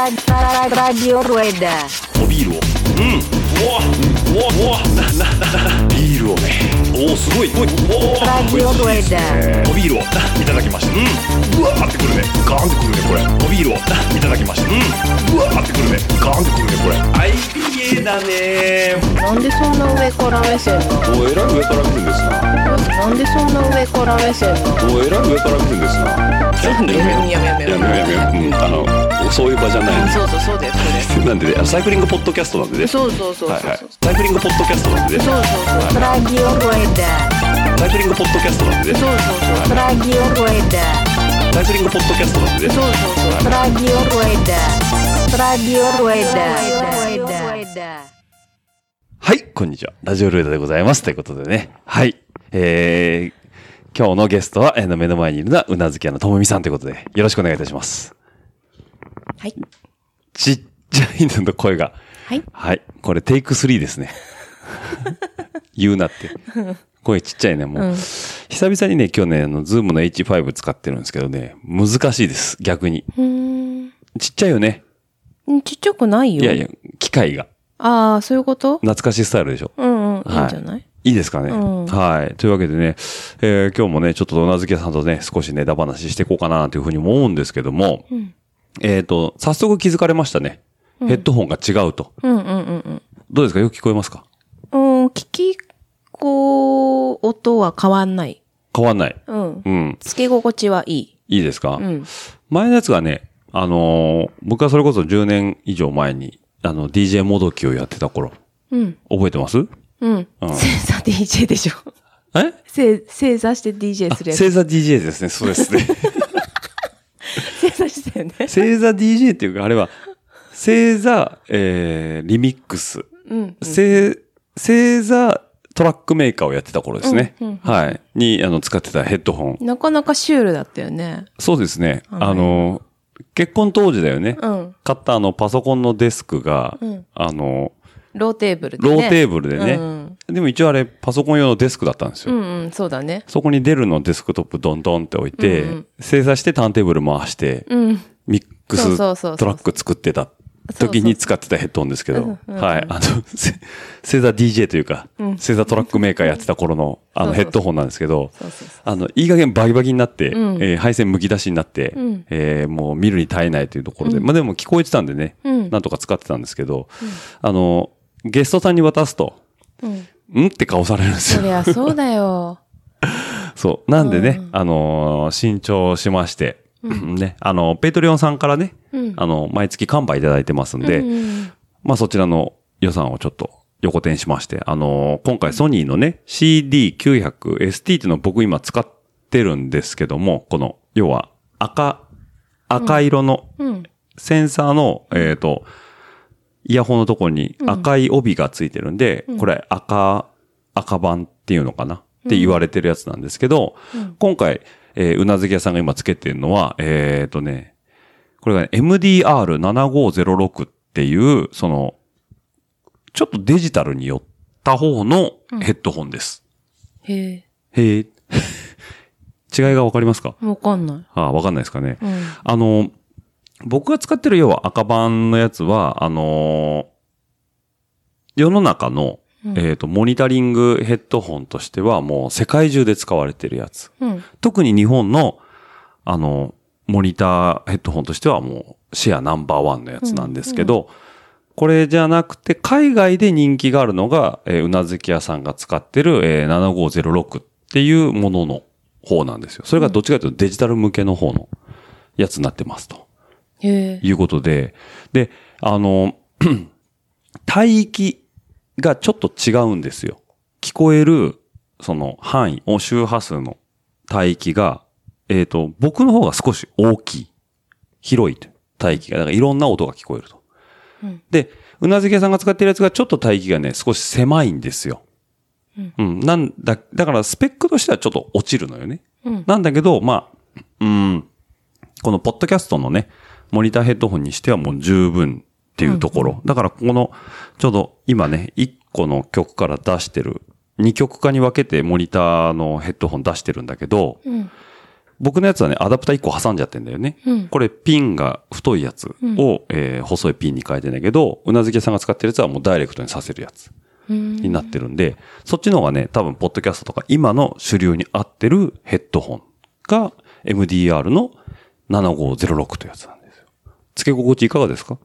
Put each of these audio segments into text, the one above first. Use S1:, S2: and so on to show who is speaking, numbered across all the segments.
S1: Radio Rueda.
S2: おビールをうんうわうわうわななななビールをねおおすごいおいおー
S1: Radio
S2: おい
S1: Rueda.
S2: おビールをないただきましたうんうわーってくるねガーンってくるねこれおビールをないただきましたうんうわーってくるねガーンってくるねこれ IPA だね
S3: なんでそんな上から目線なの
S2: おえらい上から来るんですな
S3: なんでそんな上から目線なの
S2: おえらい上から来るんですなちょっとねやめよう
S3: やめ
S2: やめようやめよううんあのそういう場じゃない
S3: そうそうそうです
S2: なんでねあのサイクリングポッドキャストなんでね
S3: そうですそうそうそうそう
S2: はいはいサイクリングポッドキャストなんでね
S3: そうそうそう
S1: Radio Rueda.
S2: サイクリングポッドキャストなんでね
S3: そうそうそう
S1: Radio Rueda.
S2: サイクリングポッドキャストなんでね
S3: そうそうそう
S1: Radio Rueda. Radio Rueda. Radio Rueda.
S4: はい、こんにちは。ラジオルエダでございます。ということでね。はい。えー、今日のゲストは、えー、目の前にいるのは、うなずき屋のともみさんということで、よろしくお願いいたします。
S5: はい。
S4: ちっちゃいのの声が。
S5: はい。
S4: はい。これ、テイク3です ね。言うなって。声ちっちゃいね、もう。久々にね、今日ね、あの、ズームの H5 使ってるんですけどね、難しいです、逆に。
S5: うーん。
S4: ちっちゃいよね。
S5: ちっちゃくないよ。
S4: いやいや。、機械が。
S5: ああ、そういうこと
S4: 懐かしいスタイルでしょ。
S5: うんうん。い
S4: はい
S5: いんじゃない
S4: いいですかね。
S5: うん
S4: はい。というわけでね、えー今日もね、ちょっとうなずき屋さんとね、少しネタ話していこうかなというふうに思うんですけども、
S5: ん
S4: えっ、と、早速気づかれましたね。ヘッドホンが違うと。
S5: うんうんうん
S4: どうですかよく聞こえますか
S5: うん。うん、聞き、こう、音は変わんない。
S4: 変わんない。
S5: うん。
S4: うん。
S5: つけ心地はいい。
S4: いいですか、
S5: うん。
S4: 前のやつがね、あのー僕はそれこそ10年以上前に、あの、DJ もどきをやってた頃、
S5: うん。
S4: 覚えてます
S5: うん。
S4: うん
S5: 正座 DJ でしょ。
S4: え
S5: 正正座して DJ するやつ。
S4: 正座 DJ ですね。そう ですね。
S5: 正座してよね。
S4: 正座 DJ っていうか、あれは、正座、えー、リミックス。
S5: うん。
S4: 正、正座トラックメーカーをやってた頃ですね。
S5: うんうん
S4: はい。に、あの、使ってたヘッドホン。
S5: なかなかシュールだったよね。
S4: そうですね。
S5: はい
S4: あの、結婚当時だよね。
S5: うん。
S4: 買ったあの、パソコンのデスクが、
S5: うん
S4: あの、
S5: ローテーブルでね。
S4: ローテー
S5: ー
S4: ブルでね。
S5: うん
S4: でも一応あれ、パソコン用のデスクだったんですよ。
S5: うんうん、そうだね。
S4: そこに出るのデスクトップドンドンって置いて、
S5: うんうん
S4: 正座してターンテーブル回して、
S5: うん。
S4: ミック
S5: そう
S4: ス
S5: そうそうそう
S4: トラック作ってた時に使ってたヘッドホンですけ
S5: そう
S4: ど
S5: そ、ううん
S4: はい。あの、せ正座 DJ というか、
S5: うん
S4: 正座トラックメーカーやってた頃のあの
S5: そうそ
S4: ヘ
S5: うそう
S4: ッドホンなんですけど、
S5: そうそうそ
S4: あの、いい加減バキバキになって、
S5: うん
S4: えー配線むき出しになって、
S5: うん
S4: えーもう見るに耐えないというところで、まあでも聞こえてたんでね、
S5: うん
S4: なんとか使ってたんですけど、あの、ゲストさんに渡すと、
S5: う。うん。
S4: んって顔されるんです
S5: そ
S4: よ。
S5: りゃそうだよ。
S4: そう。なんでね、
S5: うん
S4: あのー、新調しまして、 ね、あの、ペイトリオンさんからね、
S5: うん
S4: あの、毎月完売いただいてますんで、
S5: うんうん
S4: まあそちらの予算をちょっと横転しまして、あのー、今回ソニーのね、CD900ST っていうのを僕今使ってるんですけども、この、要は赤、赤色の
S5: うん。
S4: センサーの、えっ、と、イヤホンのところに赤い帯がついてるんで、これ赤、赤版っていうのかなって言われてるやつなんですけど、今回、えーうなずき屋さんが今つけてるのは、えっ、とね、これが、ね、MDR7506 っていう、その、ちょっとデジタルに寄った方のヘッドホンです。
S5: へえ。
S4: へえ。 違いがわかりますか
S5: わかんない。
S4: ああ、わかんないですかね。
S5: うん。
S4: あの、僕が使ってる要は赤版のやつは、あの世の中の、
S5: うん
S4: えっ、と、モニタリングヘッドホンとしてはもう世界中で使われてるやつ。
S5: うん。
S4: 特に日本の、あの、モニターヘッドホンとしてはもうシェアナンバーワンのやつなんですけど、これじゃなくて、海外で人気があるのが、えーうなずき屋さんが使ってる、えー7506っていうものの方なんですよ。それがどっちかというとデジタル向けの方のやつになってますと。
S5: へえ。
S4: いうことで、で、あの、 帯域がちょっと違うんですよ。聞こえる、その範囲、お周波数の帯域が、えっ、と、僕の方が少し大きい。広いという帯域が、だからいろんな音が聞こえると。
S5: うん
S4: で、うなずき屋さんが使ってるやつがちょっと帯域がね、少し狭いんですよ。
S5: うん
S4: うん、なんだ、だからスペックとしてはちょっと落ちるのよね。
S5: うん。
S4: なんだけど、まあ、うん、このポッドキャストのね、モニターヘッドホンにしてはもう十分っていうところ。だからここの、ちょうど今ね、1個の曲から出してる、2曲化に分けてモニターのヘッドホン出してるんだけど、
S5: うん。
S4: 僕のやつはね、アダプター1個挟んじゃってんだよね。
S5: うん
S4: これピンが太いやつを、えー細いピンに変えてんだけど、うなずき屋さんが使ってるやつはもうダイレクトにさせるやつになってるんで、そっちの方がね、多分ポッドキャストとか今の主流に合ってるヘッドホンが MDR の7506というやつなんですよ。付け心地いかがですか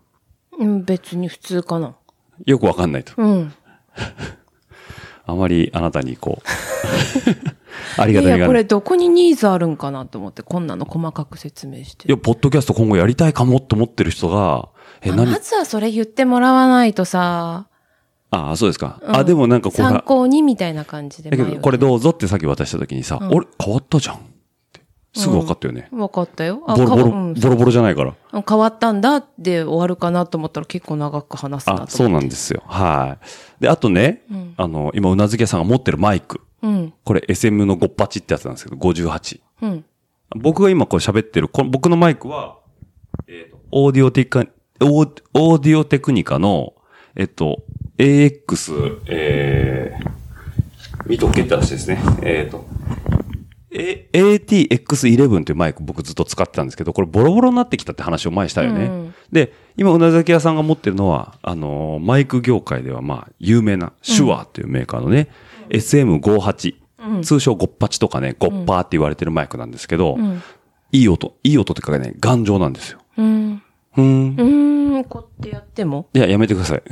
S5: うん、別に普通かな。
S4: よくわかんないと。
S5: うん。
S4: あまりあなたにこう、あり
S5: い
S4: がたみ
S5: や、
S4: が
S5: こ
S4: ない。
S5: れ
S4: い
S5: どこにニーズあるんかなと思って、こんなの細かく説明して。
S4: や、ポッドキャスト今後やりたいかもって思ってる人が、え、
S5: まあ
S4: 何
S5: まずはそれ言ってもらわないとさ、
S4: ああ、そうですか。
S5: うん
S4: あ、でもなんかこう
S5: 参
S4: だ
S5: 考にみたいな感じで。
S4: けど、これ
S5: う
S4: どうぞってさっき渡した時にさ、
S5: うん
S4: 俺変わったじゃんって。すぐ分かったよね。
S5: わかったよ。
S4: ボロボロ、
S5: かうん
S4: ボロボロじゃないから。
S5: うん変わったんだって終わるかなと思ったら結構長く話すなと思
S4: あ、
S5: って。
S4: そうなんですよ。はい。で、あとね、
S5: うん
S4: あの、今、うなずけさんが持ってるマイク。
S5: うん。
S4: これ SM の58ってやつなんですけど、58。
S5: うん。
S4: 僕が今こう喋ってる、この僕のマイクは、えーとオーディオテクニカ、オーオーディオテクニカの、えっと、AX、えー、見とけって話ですね。えっ、と、A- ATX11 というマイク僕ずっと使ってたんですけど、これボロボロになってきたって話を前にしたよね。
S5: うん
S4: で、今、うなずき屋さんが持ってるのは、あのーマイク業界ではまあ、有名な、シュワーっていうメーカーのね、SM58、通称ゴッパチとかね、ゴッパーって言われてるマイクなんですけど、
S5: ん
S4: いい音、いい音っていうかね、頑丈なんですよ。
S5: うん。
S4: ふーん。
S5: うん、こうやってやっても
S4: いや、やめてくだ さい。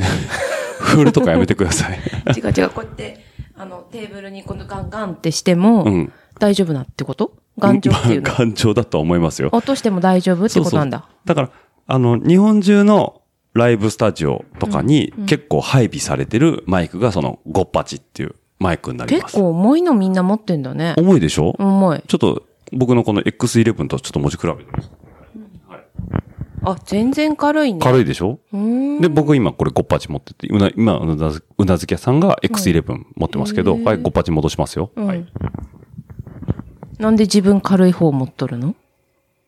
S4: 振るとかやめてください。
S5: 違う違う、こうやって、あの、テーブルにこのガンガンってしても、
S4: うん
S5: 大丈夫なってこと頑丈っていうの
S4: まあ。頑丈だとは思いますよ。
S5: 落としても大丈夫ってことなんだ。
S4: そうそうだから、あの、日本中のライブスタジオとかに結構配備されてるマイクがそのゴッパチっていうマイクになります。
S5: 結構重いのみんな持ってんだね。
S4: 重いでしょ、
S5: 重い。
S4: ちょっと僕のこの X11 とちょっと持ち比べてみます
S5: あ、全然軽いね。
S4: 軽いでしょ
S5: うーん。
S4: で、僕今これゴッパチ持ってて、うな今うなず、うなずき屋さんが X11 持ってますけど、はい、ゴッパチ戻しますよ。はい。い
S5: なんで自分軽い方持っとるの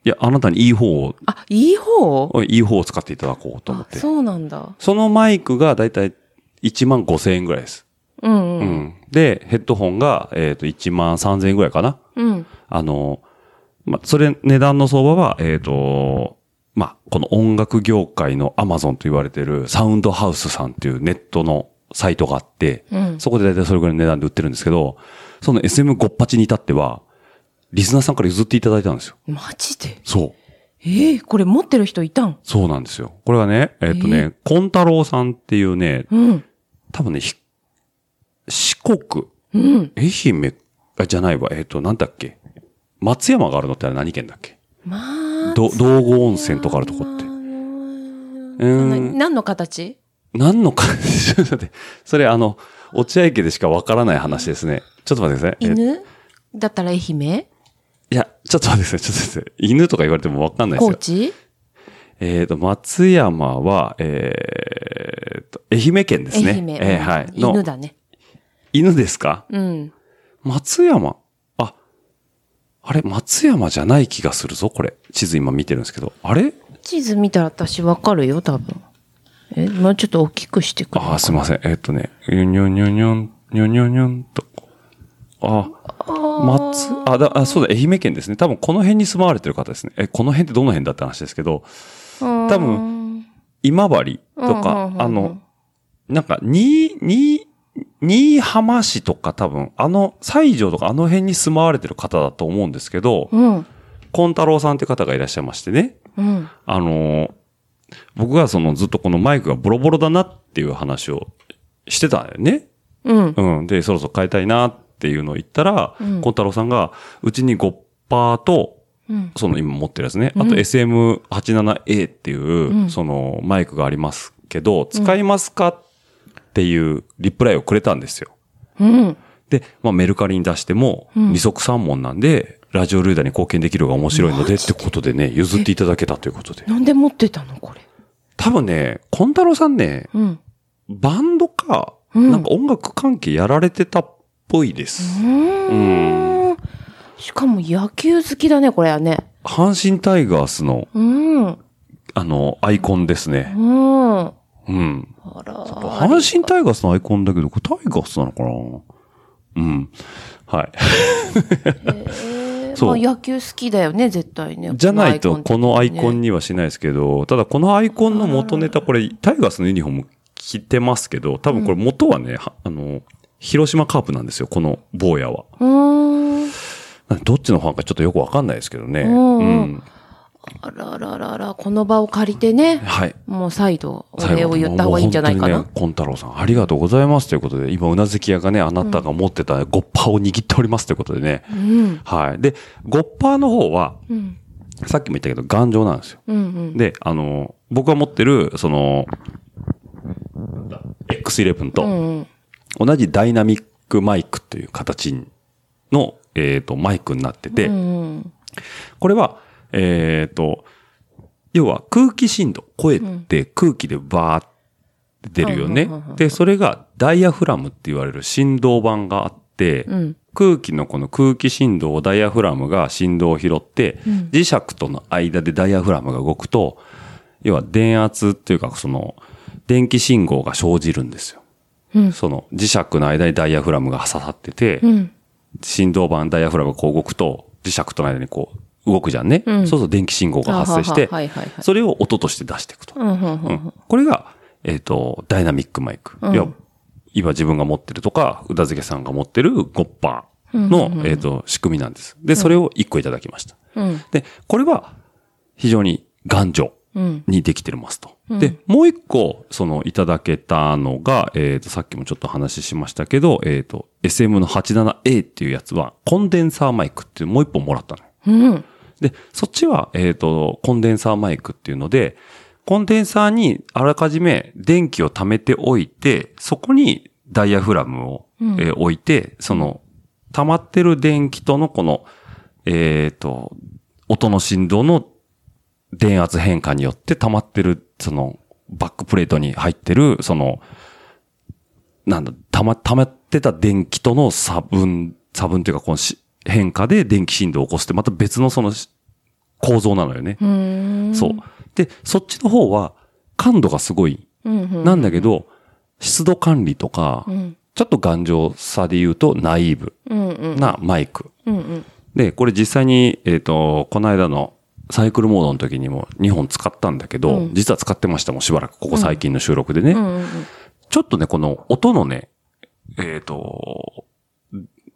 S4: や、あなたにいい方を、
S5: あ、いい方
S4: いい方を使っていただこうと思
S5: あ
S4: っ、て。そ
S5: そうなんだ。
S4: のマイクがだいたい1万5千円ぐらいです。
S5: うんう。
S4: うんん。で、ヘッドホンが、えっ、と、1万3000円ぐらいかな。
S5: うん。
S4: あの、まあ、それ、値段の相場は、えっ、と、まあ、この音楽業界のアマゾンと言われてるサウンドハウスさんっていうネットのサイトがあって、
S5: うん
S4: そこで大体それぐらいの値段で売ってるんですけど、その SM58 に至っては、リスナーさんから譲っていただいたんですよ。
S5: マジで
S4: そう。
S5: ええこれ持ってる人いたん
S4: そうなんですよ。これはね、えっ、とね、コンタロウさんっていうね、
S5: うん。
S4: 多分ね、ひ四国、
S5: うん。
S4: 愛媛、あ、じゃないわ、えっ、と、なんだっけ。松山があるのってあれ何県だっけ
S5: まあ。
S4: ど道後温泉とかあるとこって
S5: あのー
S4: うん
S5: な何の形
S4: 何のか、 ちょっと待って、それあの、落合家でしかわからない話ですね。ちょっと待ってください。え
S5: 犬だったら愛媛
S4: いや、ちょっと待ってください。ちょっと待ってください。犬とか言われてもわかんないです
S5: 高
S4: よ。
S5: 知
S4: えっ、と、松山は、えっ、と、愛媛県ですね。
S5: 愛媛。
S4: えー
S5: うん
S4: はい。の
S5: 犬だね。
S4: 犬ですか
S5: うん。
S4: 松山あ、あれ松山じゃない気がするぞ、これ。地図今見てるんですけど。あれ
S5: 地図見たら私わかるよ、多分。え、もうちょっと大きくしてくれる
S4: ああ、すいません。えっとね、ニョニョニョニョン、ニョニョニョンと。あ、松、あ、だ、あ、そうだ、愛媛県ですね。多分この辺に住まわれてる方ですね。え、この辺ってどの辺だって話ですけど、
S5: 多
S4: 多分、今治と
S5: うんうんうん
S4: か
S5: う、ん
S4: あの、なんか、に、に、新居浜市とか多分、あの、西条とかあの辺に住まわれてる方だと思うんですけど、
S5: うん。
S4: コンタロウさんって方がいらっしゃいましてね。
S5: うん。
S4: あのー僕がそのずっとこのマイクがボロボロだなっていう話をしてたんだよね。
S5: うん。
S4: うん。で、そろそろ変えたいなっていうのを言ったら、
S5: ん
S4: コンタロウさんが、うちにゴッパーと、
S5: うん。
S4: その今持ってるやつね。あと SM87A っていう、そのマイクがありますけど、使いますかっていうリプライをくれたんですよ。
S5: うん。
S4: で、まあメルカリに出しても、二足三問なんで、ラジオルーダーに貢献できるが面白いのでってことでね、譲っていただけたということで。
S5: なんで持ってたのこれ。
S4: 多分ね、コンタロウさんね、
S5: うん。
S4: バンドか、
S5: ん
S4: なんか音楽関係やられてたっぽいです。
S5: うーん。しかも野球好きだね、これはね。
S4: 阪神タイガースの、
S5: うん。うん。
S4: あの、アイコンですね。
S5: あ
S4: うん。
S5: ら。
S4: 阪神タイガースのアイコンだけど、 これタイガースなのかなうん。はい。
S5: ね。
S4: そう
S5: まあ野球好きだよね、絶対ね。
S4: じゃないと、このアイコン
S5: に。
S4: にはしないですけど、ただこのアイコンの元ネタ、これ、タイガースのユニフォーム着てますけど、多分これ元はね、はあの、広島カープなんですよ、この坊やは。
S5: うーん。
S4: なんでどっちのファンかちょっとよくわかんないですけどね。
S5: んう
S4: うんん。
S5: あらあらあらあら、この場を借りてね、
S4: はい。
S5: もう再度、お
S4: 最
S5: 礼
S4: 後
S5: を言った方がいいんじゃない
S4: も
S5: か
S4: う
S5: な
S4: 本。当にね、コン太郎さん、ありがとうございますということで、今、うなずき屋がね、あなたが持ってたゴッパーを握っておりますということでね。
S5: うん。
S4: はい。で、ゴッパーの方は、
S5: うん。
S4: さっきも言ったけど、頑丈なんですよ。
S5: うんうん。
S4: で、あの、僕が持ってる、その、X11
S5: う
S4: と、
S5: んうん。
S4: 同じダイナミックマイクという形の、えっ、と、マイクになってて、
S5: うん
S4: これは、えっ、と、要は空気振動、声って空気でバーって出るよね
S5: うんうんうんうん。
S4: で、それがダイアフラムって言われる振動板があって、
S5: うん。
S4: 空気のこの空気振動をダイアフラムが振動を拾って、磁石との間でダイアフラムが動くと、要は電圧っていうかその電気信号が生じるんですよ。
S5: うん
S4: その磁石の間にダイアフラムが刺さってて、
S5: うん。
S4: 振動板ダイヤフラムがこう動くと、磁石との間にこう動くじゃんね。
S5: うん
S4: そうすると電気信号が発生して、
S5: あはははいはいはい。
S4: それを音として出していくと。
S5: うんうんう。
S4: うんんこれが、えっ、と、ダイナミックマイク。
S5: ん
S4: いや今自分が持ってるとか、宇田漬さんが持ってるゴッパーの、えっ、と、仕組みなんです。で、それを1個いただきました。
S5: うん
S4: で、これは非常に頑丈
S5: うん。
S4: にできてますと。で、もう一個、その、いただけたのが、えっ、と、さっきもちょっと話ししましたけど、えっ、と、SM の 87A っていうやつは、コンデンサーマイクっていうもう一本もらったのよ。
S5: うん。
S4: で、そっちは、えっ、と、コンデンサーマイクっていうので、コンデンサーにあらかじめ電気を貯めておいて、そこにダイヤフラムを、
S5: うん
S4: えー置いて、その、溜まってる電気とのこの、えっ、と、音の振動の電圧変化によって溜まってる、その、バックプレートに入ってる、その、なんだ、溜ま、溜まってた電気との差分、差分というか、このし変化で電気振動を起こすって、また別のそのし構造なのよね。
S5: うん。
S4: そう。で、そっちの方は感度がすごい。
S5: うん。うん。
S4: なんだけど、湿度管理とか、
S5: うん。
S4: ちょっと頑丈さで言うとナイーブ
S5: うんうん。
S4: なマイク。
S5: うんうん。
S4: で、これ実際に、えっ、と、この間のサイクルモードの時にも2本使ったんだけど、
S5: うん
S4: 実は使ってましたもん、しばらく、ここ最近の収録でね。
S5: うんうんうん。
S4: ちょっとね、この音のね、えっ、と、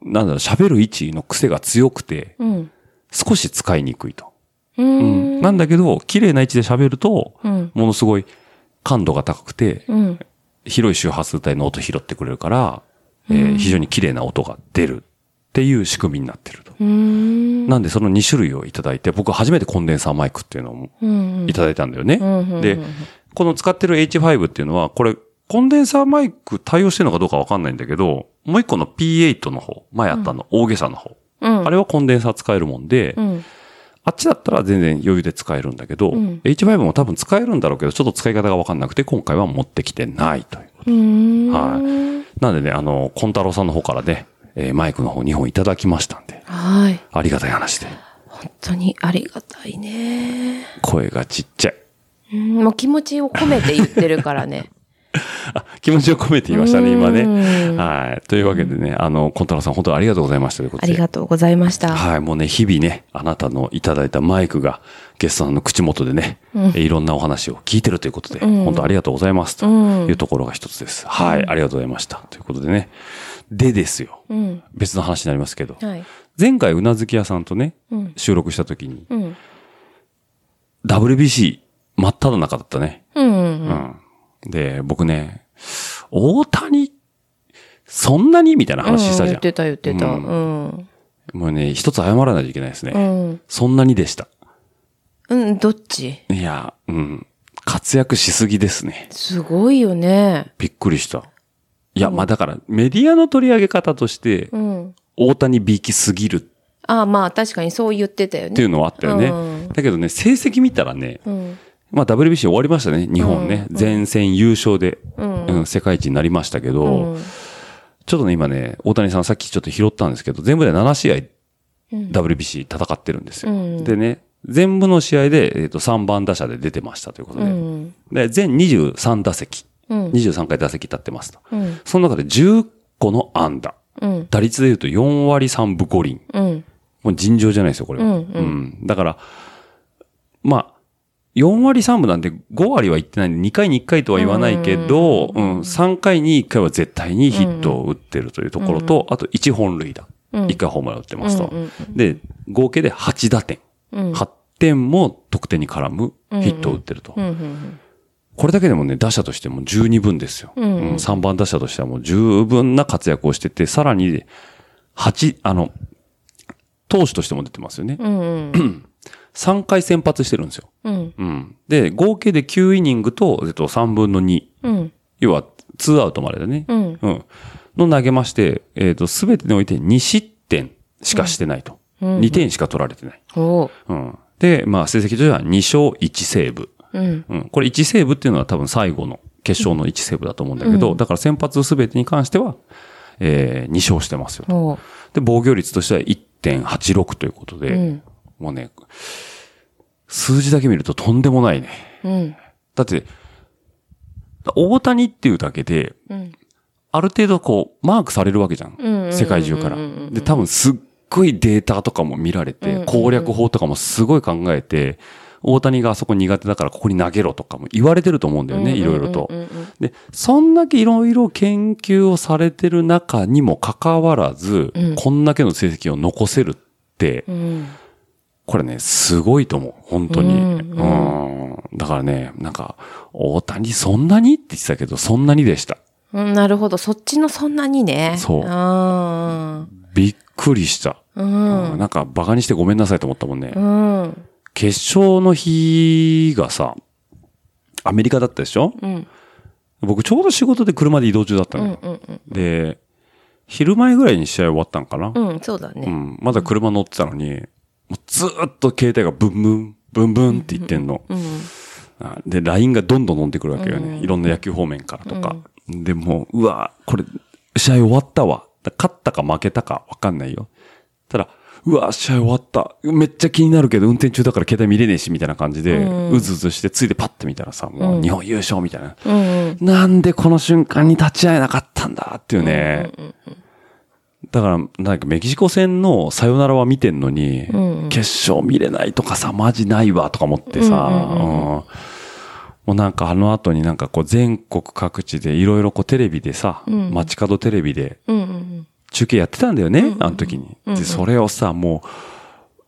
S4: なんだろう、喋る位置の癖が強くて、
S5: うん。
S4: 少し使いにくいと。
S5: う。
S4: うんん。なんだけど、綺麗な位置で喋ると、
S5: うん。
S4: ものすごい感度が高くて、
S5: うん。
S4: 広い周波数帯の音拾ってくれるから、えー非常に綺麗な音が出るっていう仕組みになってると。
S5: うん。
S4: なんでその2種類をいただいて、僕は初めてコンデンサーマイクっていうのを
S5: うんうん
S4: いただいたんだよね。
S5: うん
S4: で、この使ってる H5 っていうのは、これ、コンデンサーマイク対応してるのかどうかわかんないんだけど、もう一個の P8 の方、前あったの、大げさの方。
S5: うん。
S4: あれはコンデンサー使えるもんで、
S5: うん。
S4: あっちだったら全然余裕で使えるんだけど、
S5: うん
S4: H5 も多分使えるんだろうけど、ちょっと使い方がわかんなくて、今回は持ってきてないという。
S5: うん。
S4: はなんでね、あの、コンタロウさんの方からね、えーマイクの方2本いただきましたんで、
S5: はい。
S4: ありがたい話で。
S5: 本当にありがたいね。
S4: 声がちっちゃい。
S5: うんもう気持ちを込めて言ってるからね。
S4: あ気持ちを込めて言いましたね、今ね
S5: う。
S4: はい。というわけでね、あの、コンタロウさん本当にありがとうございましたということ
S5: あ
S4: で。
S5: りがとうございました。
S4: はい、もうね、日々ね、あなたのいただいたマイクが、ゲストさんの口元でね、えいろんなお話を聞いてるということで、本当ありがとうございます、というところが一つです。はい、ありがとうございました。ということでね。でですよ。
S5: うん。
S4: 別の話になりますけど、
S5: はい。
S4: 前回、うなずき屋さんとね、
S5: うん
S4: 収録した時に、
S5: うん。
S4: WBC 真っ只中だったね。
S5: うん。
S4: うんで、僕ね、大谷、そんなにみたいな話したじゃ
S5: 言っ
S4: ん。
S5: てた言ってた。
S4: う
S5: うん。
S4: もうね、一つ謝らないといけないですね。
S5: うん。
S4: そんなにでした。
S5: うん、どっち
S4: いや、うん。活躍しすぎですね。
S5: すごいよね。
S4: びっくりした。いや、まあだから、メディアの取り上げ方として
S5: う、ん。
S4: 大谷びいきすぎるっ
S5: ああ、まあ確かにそう言ってたよね。
S4: ていうのはあったよね。
S5: うん
S4: だけどね、成績見たらね、
S5: うん。
S4: まあ WBC 終わりましたね、日本ね。前線優勝で、
S5: うん
S4: うん世界一になりましたけど、
S5: うん。
S4: ちょっとね、今ね、大谷さんさっきちょっと拾ったんですけど、全部で7試合
S5: うん
S4: WBC 戦ってるんですよ。
S5: うん
S4: でね、全部の試合で、えーと3番打者で出てましたということで、
S5: うん。
S4: で全23打席、
S5: うん
S4: 23回打席立ってますと。
S5: うん。
S4: その中で10個の安打。
S5: うん。
S4: 打率で言うと4割3分5厘。
S5: うん。
S4: もう尋常じゃないですよ、これは。
S5: うんうん
S4: んだから、まあ、4割3分なんで5割は言ってないんで、2回に1回とは言わないけど、うん、3回に1回は絶対にヒットを打ってるというところと、あと1本塁打。1回ホームラン打ってますと。で、合計で8打点。8点も得点に絡むヒットを打ってると。これだけでもね、打者としても十二分ですよ。うん3番打者としてはもう十分な活躍をしてて、さらに、八あの、投手としても出てますよね。3回先発してるんですよ。うんで、合計で9イニングと、えっと、3分の2。要は、2アウトまでだね。
S5: ん
S4: うんの投げまして、えっ、と、すべてにおいて2失点しかしてないと。2点しか取られてない。
S5: お
S4: うん。で、まあ、成績としては2勝1セーブ。
S5: うん。
S4: うん。これ1セーブっていうのは多分最後の決勝の1セーブだと思うんだけど、だから先発すべてに関しては、えー、2勝してますよと。
S5: お
S4: で、防御率としては1.86ということで、
S5: うん
S4: もうね、数字だけ見るととんでもないね。
S5: うん。
S4: だって、大谷っていうだけで、
S5: ん
S4: ある程度こう、マークされるわけじゃん。世界中から。で、多分すっごいデータとかも見られて、攻略法とかもすごい考えて、大谷があそこ苦手だからここに投げろとかも言われてると思うんだよね、いろいろと。で、そんだけいろいろ研究をされてる中にもかかわらず、こんだけの成績を残せるって、これね、すごいと思う。本当に。うんだからね、なんか、大谷そんなにって言ってたけど、そんなにでした。
S5: うんなるほど。そっちのそんなにね。
S4: そう
S5: あ
S4: びっくりした。
S5: ーうん。
S4: うんなんか、バカにしてごめんなさいと思ったもんね。
S5: うん。
S4: 決勝の日がさ、アメリカだったでしょ、
S5: ん
S4: 僕ちょうど仕事で車で移動中だったのよ、で、昼前ぐらいに試合終わったんかな、
S5: うん、そうだね。
S4: うん、まだ車乗ってたのに、もうずーっと携帯がブンブン、ブンブンって言ってんの。あで、LINE がどんどん飲んでくるわけよね。いろんな野球方面からとか。で、もう、うわーこれ、試合終わったわ。だ勝ったか負けたかわかんないよ。ただ、うわー試合終わった。めっちゃ気になるけど、運転中だから携帯見れねえし、みたいな感じで、うずうずして、ついでパッて見たらさ、もう日本優勝みたいな。なんでこの瞬間に立ち会えなかったんだっていうね。だから、なんかメキシコ戦のさよならは見てんのに、決勝見れないとかさ、マジないわとか思ってさ、うんもうなんかあの後になんかこう全国各地でいろいろこうテレビでさ、街角テレビで
S5: うんうん
S4: 中継やってたんだよね、あの時に。で、それをさ、も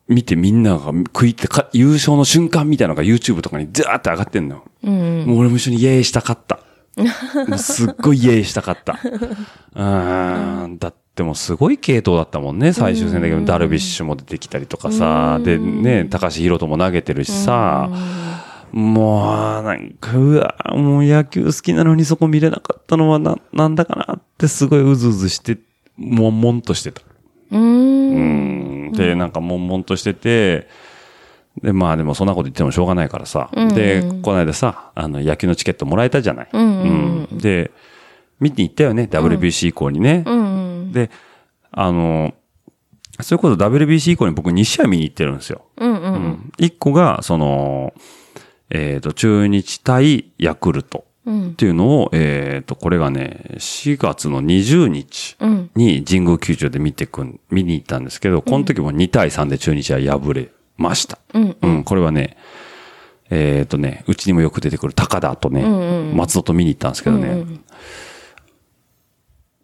S4: う、見てみんなが食いってか、優勝の瞬間みたいなのが YouTube とかにザーって上がってんのよ。もう俺も一緒にイエーイしたか った。もうすっごいイエーイしたかった。うーん、だってもうすごい系統だったもんね、最終戦だけど、ダルビッシュも出てきたりとかさ、でね、高橋宏斗も投げてるしさ、もう、なんか、うわ、もう野球好きなのにそこ見れなかったのはな、なんだかなってすごいうずうずして、もんもんとしてた。
S5: うん。う。
S4: うんん。で、なんか、悶々としてて、で、まあでもそんなこと言ってもしょうがないからさ。で、この間さ、あの、野球のチケットもらえたじゃない。うんで、見に行ったよね、WBC 以降にね。
S5: うん。
S4: で、あの、それこそ WBC 以降に僕2試合見に行ってるんですよ。
S5: うん。うん。うん。
S4: 1個が、その、えっ、と、中日対ヤクルトっていうのを、えっ、と、これがね、4月の20日
S5: ん
S4: に神宮球場で見てくん、見に行ったんですけど、この時も2対3で中日は敗れました。うん、これはね、えっ、とね、うちにもよく出てくる高田とね、松戸と見に行ったんですけどね、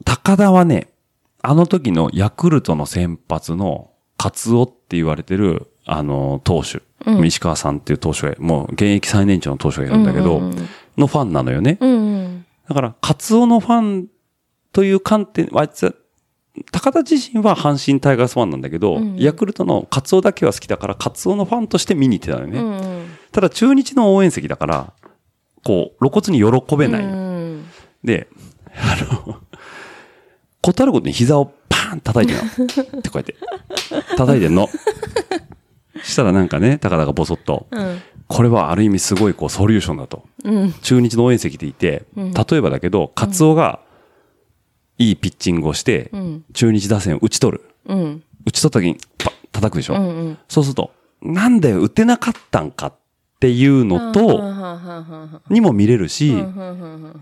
S4: 高田はね、あの時のヤクルトの先発のカツオって言われてる、あの、投手、石川さんっていう投手が、もう現役最年長の投手がいるんだけど、のファンなのよね。だから、カツオのファンという観点、あいつは、高田自身は阪神タイガースファンなんだけど、ヤクルトのカツオだけは好きだから、カツオのファンとして見に行ってたのよね。ただ、中日の応援席だから、こう、露骨に喜べないの。で、あの、ことあることに膝をパーン叩いてんの。ってこうやって。叩いてんの。したらなんかね、高田がボソッと、これはある意味すごいこうソリューションだと。中日の応援席でいて、例えばだけど、カツオがいいピッチングをして、中日打線を打ち取る。
S5: うん。
S4: 打ち取った時に、パッ叩くでしょ。
S5: うん。うん。
S4: そうすると、なんだよ、打てなかったんかっていうのと、
S5: はははは
S4: にも見れるし、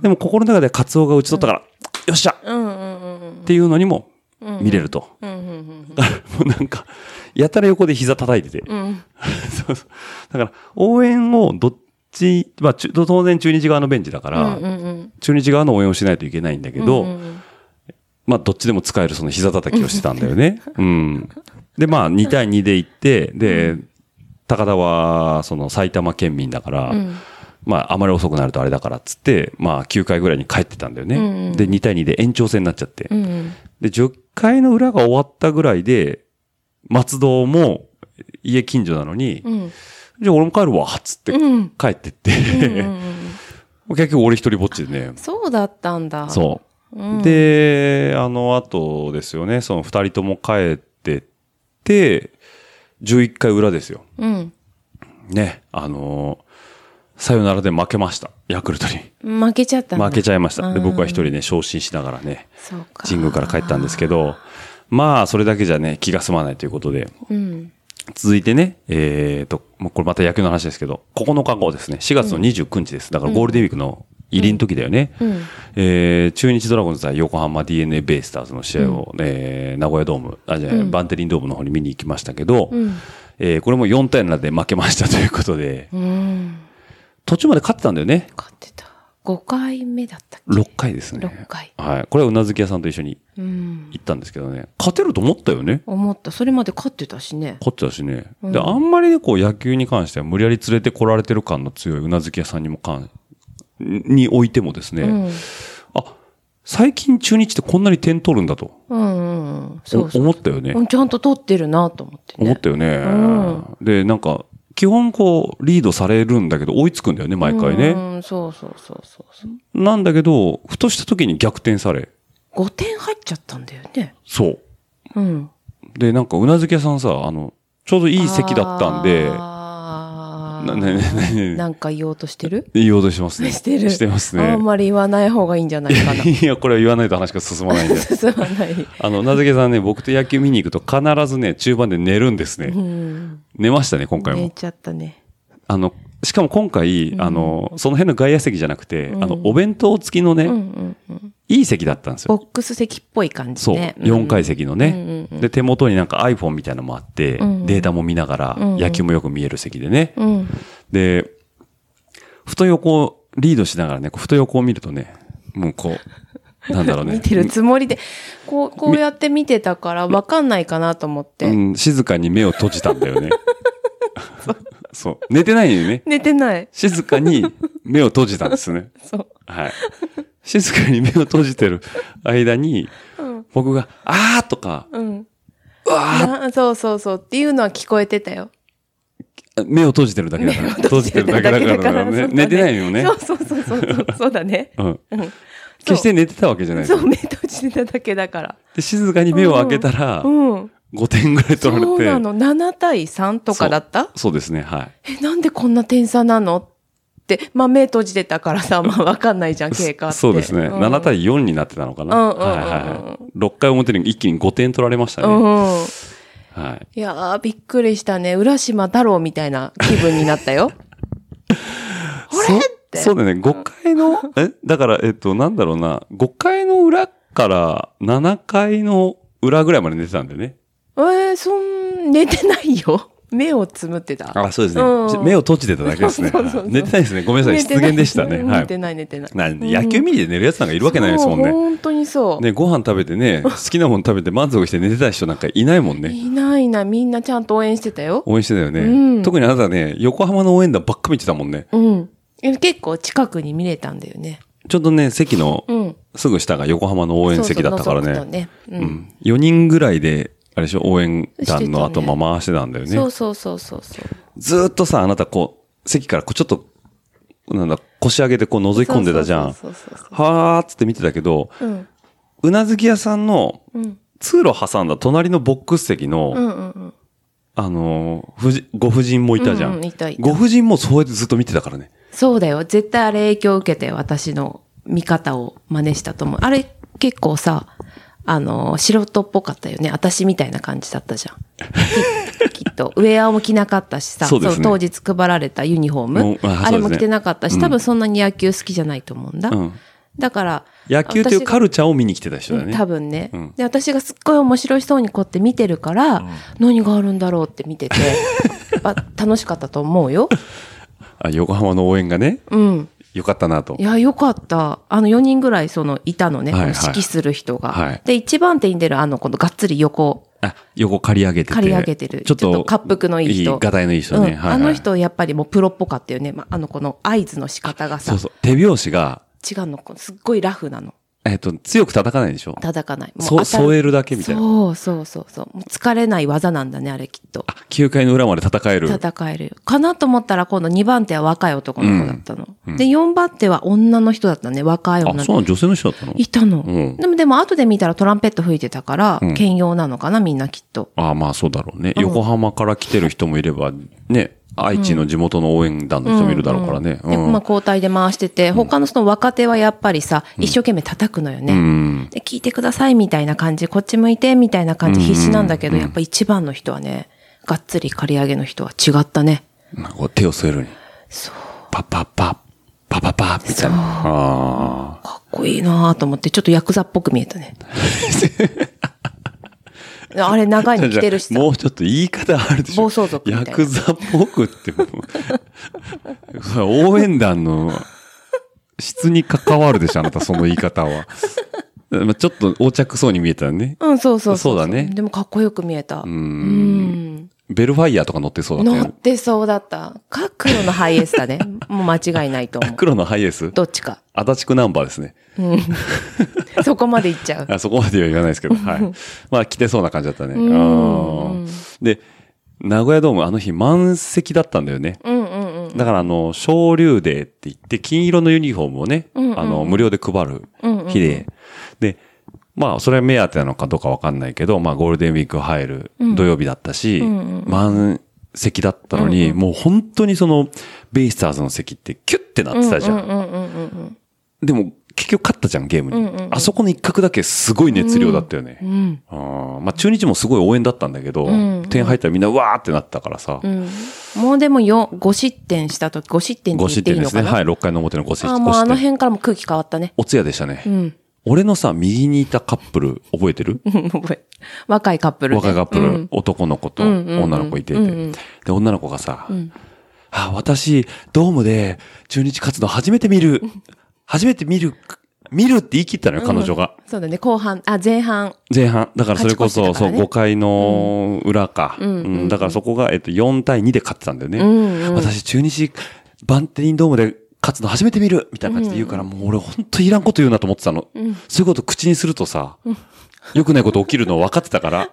S4: でも心の中でカツオが打ち取ったから、よっしゃっ
S5: うんうんうん
S4: ていうのにも見れると。
S5: うんうん
S4: だからもうなんか、やたら横で膝叩いてて。
S5: うん。
S4: そうそう。だから、応援をどっち、まあ、ちゅ当然中日側のベンチだから、
S5: うんうん。
S4: 中日側の応援をしないといけないんだけど、まあ、どっちでも使えるその膝叩きをしてたんだよね。 うん。で、まあ、2対2で行って、で、高田は、その埼玉県民だから、まあ、あまり遅くなるとあれだからっつって、まあ、9回ぐらいに帰ってたんだよね。
S5: うんうん
S4: で、2対2で延長戦になっちゃって。
S5: うん。
S4: で、10回の裏が終わったぐらいで、松戸も家近所なのに、
S5: うん。
S4: じゃあ俺も帰るわ、っつって
S5: うん。
S4: 帰ってって、 結局俺一人ぼっちでね。
S5: そうだったんだ。
S4: そうう。
S5: ん。
S4: で、あの後ですよね、その二人とも帰ってって、11回裏ですよ。
S5: うん。
S4: ね、あのーさよならで負けました。ヤクルトに。
S5: 負けちゃったんだ
S4: 負けちゃいました。で、僕は一。
S5: うん
S4: 人ね、昇進しながらね、
S5: そうか。
S4: 神宮から帰ったんですけど、まあ、それだけじゃね、気が済まないということで、
S5: うん。
S4: 続いてね、えっ、と、もうこれまた野球の話ですけど、9日後ですね、4月の29日です。だからゴールデンウィークの入りの時だよね。
S5: うん。
S4: えー中日ドラゴンズ対横浜 DNA ベイスターズの試合を、えー名古屋ドーム、あ、じゃあ、
S5: うん
S4: バンテリンドームの方に見に行きましたけど、
S5: うん
S4: えーこれも4対7で負けましたということで、
S5: うん。
S4: 途中まで勝ってたんだよね。
S5: 勝ってた。5回目だったっけ
S4: 6回ですね。
S5: 6回。
S4: はい。これはうなずき屋さんと一緒に
S5: うん。
S4: 行ったんですけどね、勝てると思ったよね。
S5: 思った。それまで勝ってたしね。
S4: 勝ってたしね。
S5: うん
S4: で、あんまりね、こう野球に関しては無理やり連れてこられてる感の強いうなずき屋さんにも関、においてもですね、
S5: うん。
S4: あ、最近中日ってこんなに点取るんだと、
S5: うんうん。そうそう。
S4: 思ったよね。
S5: うんちゃんと取ってるなと思ってね。
S4: 思ったよね。で、なんか、基本こう、リードされるんだけど、追いつくんだよね、毎回ね。
S5: うん、そうそうそうそうそう。
S4: なんだけど、ふとした時に逆転され。
S5: 5点入っちゃったんだよね。
S4: そう。
S5: うん。
S4: で、なんか、うなずき屋さんさ、あの、ちょうどいい席だったんで、
S5: あ
S4: な
S5: ー
S4: ねねねね
S5: なんか言おうとしてる
S4: 言おうとしてますね。
S5: してる。
S4: してますね
S5: あ。んまり言わない方がいいんじゃないか な。
S4: いや、これは言わないと話が進まないんで。
S5: 進まない。
S4: あの、うなずき屋さんね、僕と野球見に行くと必ずね、中盤で寝るんです
S5: う
S4: ね。
S5: ん。
S4: 寝ましたね、今回
S5: 寝
S4: も。
S5: ちゃったね。
S4: あの、しかも今回、あの、その辺の外野席じゃなくて、あの、お弁当付きの
S5: うんう
S4: ね、
S5: んうん。
S4: いい席だったんですよ
S5: ボ。ックス席っぽい感じ
S4: そう、
S5: ね。
S4: 4階席の
S5: うん
S4: ね、
S5: うんうん
S4: で、手元になんか iPhone みたいなのもあって、
S5: んうん
S4: データも見ながら、
S5: うんうん
S4: 野球もよく見える席でね。
S5: うん。うん。
S4: で、ふと横をリードしながらね、こうふと横を見るとね、もうこう、なんだろうね。
S5: 見てるつもりで、こう、こうやって見てたからわかんないかなと思っ
S4: う
S5: て。
S4: ん、静かに目を閉じたんだ よね。そう。寝てないのにね。
S5: 寝てない。
S4: 静かに目を閉じたんですね。
S5: そう。
S4: はい。静かに目を閉じてる間に、
S5: うん。
S4: 僕が、あーとか、
S5: うん。
S4: うわー
S5: なそうそうそうっていうのは聞こえてたよ。
S4: 目を閉じてるだけだから。閉じてるだけだから ね。寝てないよね。
S5: そうそうそうそう。そうだね。
S4: うん。
S5: うん
S4: 決して寝てたわけじゃないです
S5: そ
S4: よ
S5: う、目閉じてただけだから。
S4: で、静かに目を開けたら、
S5: うん。
S4: 5点ぐらい取られて。
S5: そうなの。7対3とかだった
S4: そうですね、はい。
S5: え、なんでこんな点差なのって。まあ、目閉じてたから さ、まあ、わかんないじゃん、経過って。
S4: そうですね。
S5: ん
S4: 7対4になってたのかな。
S5: うんうんうんうん
S4: はいはいはい。6回表に一気に5点取られましたね。
S5: うん。
S4: はい。
S5: いやー、びっくりしたね。浦島太郎みたいな気分になっ たよ。
S4: そ
S5: て
S4: そうだね、5回 の、え、だから、えっと、なんだろうな、5回の裏から7回の裏ぐらいまで寝てたんでね。
S5: えー、そん、寝てないよ。 目をつむってた。
S4: あ、そうです
S5: ねうん
S4: 目を閉じてただけですね。
S5: そうそうそう
S4: はい寝てないですね。ごめんなさい、
S5: 寝て
S4: 失
S5: ない
S4: 言でしたね。は
S5: 寝
S4: い。
S5: てない、寝てない。
S4: な野球見にで寝るやつなんかいるわけないですもん
S5: そう
S4: ね。
S5: 本当にそう。
S4: ね、ご飯食べてね、好きなもの食べて満足して寝てた人なんかいないもんね。
S5: いないいない、みんなちゃんと応援してたよ。
S4: 応援してたよね。
S5: うん
S4: 特にあなたね、横浜の応援団ばっか見てたもんね。
S5: うん。え結構近くに見れたんだよね。
S4: ちょうどね、席の
S5: うん。
S4: すぐ下が横浜の応援席だったから
S5: そうそ
S4: ね。
S5: う覗くとねう。
S4: うんん。4人ぐらいで、あれでしょ、応援団の後も回してたんだよね。
S5: そうそうそうそうそう。
S4: ずーっとさ、あなたこう、席からこうちょっと、なんだ、腰上げてこう覗き込んでたじゃん。
S5: そうそうそうそう
S4: はーっつって見てたけど、
S5: そう。うん。
S4: うなずき屋さんの
S5: うん。
S4: 通路挟んだ隣のボックス席の、
S5: うんうんうん。
S4: あのー夫人ご婦人もいたじゃ
S5: うん
S4: ん。
S5: うんいたいた
S4: ご婦人もそうやってずっと見てたからね。
S5: そうだよ。絶対あれ影響を受けて私の見方を真似したと思う。あれ結構さ、あの、素人っぽかったよね。私みたいな感じだったじ ゃん。ききっと。ウェアも着なかったしさ、
S4: そうですね
S5: 当日配られたユニフォーム、
S4: もうあ
S5: あれも
S4: そうですね
S5: 着てなかったし、
S4: うん
S5: 多分そんなに野球好きじゃないと思うんだ。
S4: うん。
S5: だから、
S4: 野球というカ
S5: ル
S4: ルチャーを見に来てた人だよね。
S5: 多分ね、
S4: うん
S5: で、私がすっごい面白そうにこうやって見てるから、何があるんだろうって 見てて、やっぱ楽しかったと思うよ。
S4: あ横浜の応援がね、
S5: うん。
S4: よかったなと
S5: い。や、よかった。あの、4人ぐらい、その、いたのね、
S4: はいはい
S5: 指揮する人が。
S4: はい
S5: で、一番手に出る、あの、この、がっつり横、
S4: あ、横刈り上げてて。
S5: 刈り上げてる
S4: ちょっ
S5: ち
S4: と。
S5: ょっと恰幅のいい人
S4: がたいのいい人ね。
S5: う
S4: は
S5: ん
S4: いはい
S5: あの。人、やっぱりもうプロっぽかったよね。まあ、あの、この合図の仕方がさ、
S4: そうそう。手拍子が、
S5: 違うの、こうすっごいラフなの。
S4: えっと、強く叩かないでしょ
S5: 叩かない。も
S4: そうう、添えるだけみたいな。
S5: そうそうそうそう。もう疲れない技なんだね、あれきっと。
S4: あ、9回の裏まで戦える。
S5: 戦えるよ。かなと思ったら、今度2番手は若い男の子だったの。
S4: うん
S5: で、4番手は女の人だったね、若い女の
S4: あ、
S5: 人
S4: そうなの女性の人だったの
S5: いたの。
S4: うん
S5: でも、でも、後で見たらトランペット吹いてたから、
S4: うん
S5: 兼用なのかな、みんなきっと。
S4: あまあそうだろうね。
S5: うん
S4: 横浜から来てる人もいれば、ね、愛知の地元の応援団の人もいるだろうからね。
S5: で、まあ、交代で回してて、他のその若手はやっぱりさ、一生懸命叩くのよ
S4: う
S5: ね。
S4: ん。
S5: で、聞いてくださいみたいな感じ、こっち向いてみたいな感じ必死なんだけど、
S4: うん
S5: やっぱ一番の人はね、がっつり刈り上げの人は違ったね。
S4: なんかこう手を添えるに。
S5: そう。
S4: パッパッパッ、パッパッパッみたいな。ああ。
S5: かっこいいなぁと思って、ちょっとヤクザっぽく見え たね。あれ長いの着てるしさ。
S4: もうちょっと言い方あるでしょ。
S5: 暴走族みたい
S4: ヤ
S5: な
S4: クザっぽくって もうそれは応援団の質に関わるでしょ、あなた、その言い方は。 まあちょっと横着そうに見えたね。
S5: うん、そうそう
S4: そうだね
S5: でもかっこよく見えた。うん
S4: んベルファイヤーとか乗ってそうだった
S5: 乗っ
S4: よ。
S5: てそうだった。か黒のハイエースだね。 もう間違いないと思う。
S4: 黒のハイエース
S5: どっちか。
S4: 足立区ナンバーですね。
S5: そこまでいっちゃう。
S4: あそこまでは言わないです けど、はい。まあ、来てそうな感じだったね。うんで、名古屋ドーム、あの日満席だったんだよね。
S5: うんうんうん。
S4: だから、あの、昇竜デーって言って、金色のユニフォームをね、
S5: んうんうん
S4: あの、無料で配る日で、で、まあ、それは目当てなのかどうかわかんないけど、まあ、ゴールデンウィーク入る土曜日だったし、満席だったのに、もう本当にその、ベイスターズの席ってキュッてなってたじゃん。でも、結局勝ったじゃん、ゲームに。あそこの一角だけすごい熱量だったよね。あーまあ、中日もすごい応援だったんだけど、点入ったらみんなわーってなったからさ、
S5: もうでもよ、5失点したとき、5失点って
S4: 5
S5: 言
S4: 失
S5: ってい
S4: 点
S5: い
S4: で
S5: の
S4: す
S5: か
S4: ね。
S5: な
S4: はい、6回の表の5失
S5: あ
S4: 点。
S5: ーもうあ
S4: 5失
S5: の
S4: 点
S5: 辺からも空気変わったね。
S4: お通夜でしたね、
S5: ん
S4: 俺のさ、右にいたカップル、覚えてる
S5: 覚え若いカップルね。
S4: 若いカップ
S5: う
S4: ル、
S5: ん
S4: 男の子と
S5: うんうんうん
S4: 女の子いてて、
S5: うんうん
S4: で、女の子がさ、あ、私、ドームで中日勝つの初めて見る、初めて見る、見るって言い切ったのよ、彼女が。
S5: そうだね、後半、あ、前半。
S4: 前半。だからそれこそ、
S5: 勝ち越してた
S4: そ
S5: か
S4: う、
S5: らね
S4: 5回の裏か。うんだからそこが、えっと、4対2で勝ってたんだよね。私、中日、バンテリンドームで勝つの初めて見るみたいな感じで言うから、もう俺本当いらんこと言うなと思ってたの。そういうこと口にするとさ、良くないこと起きるの分かってた から、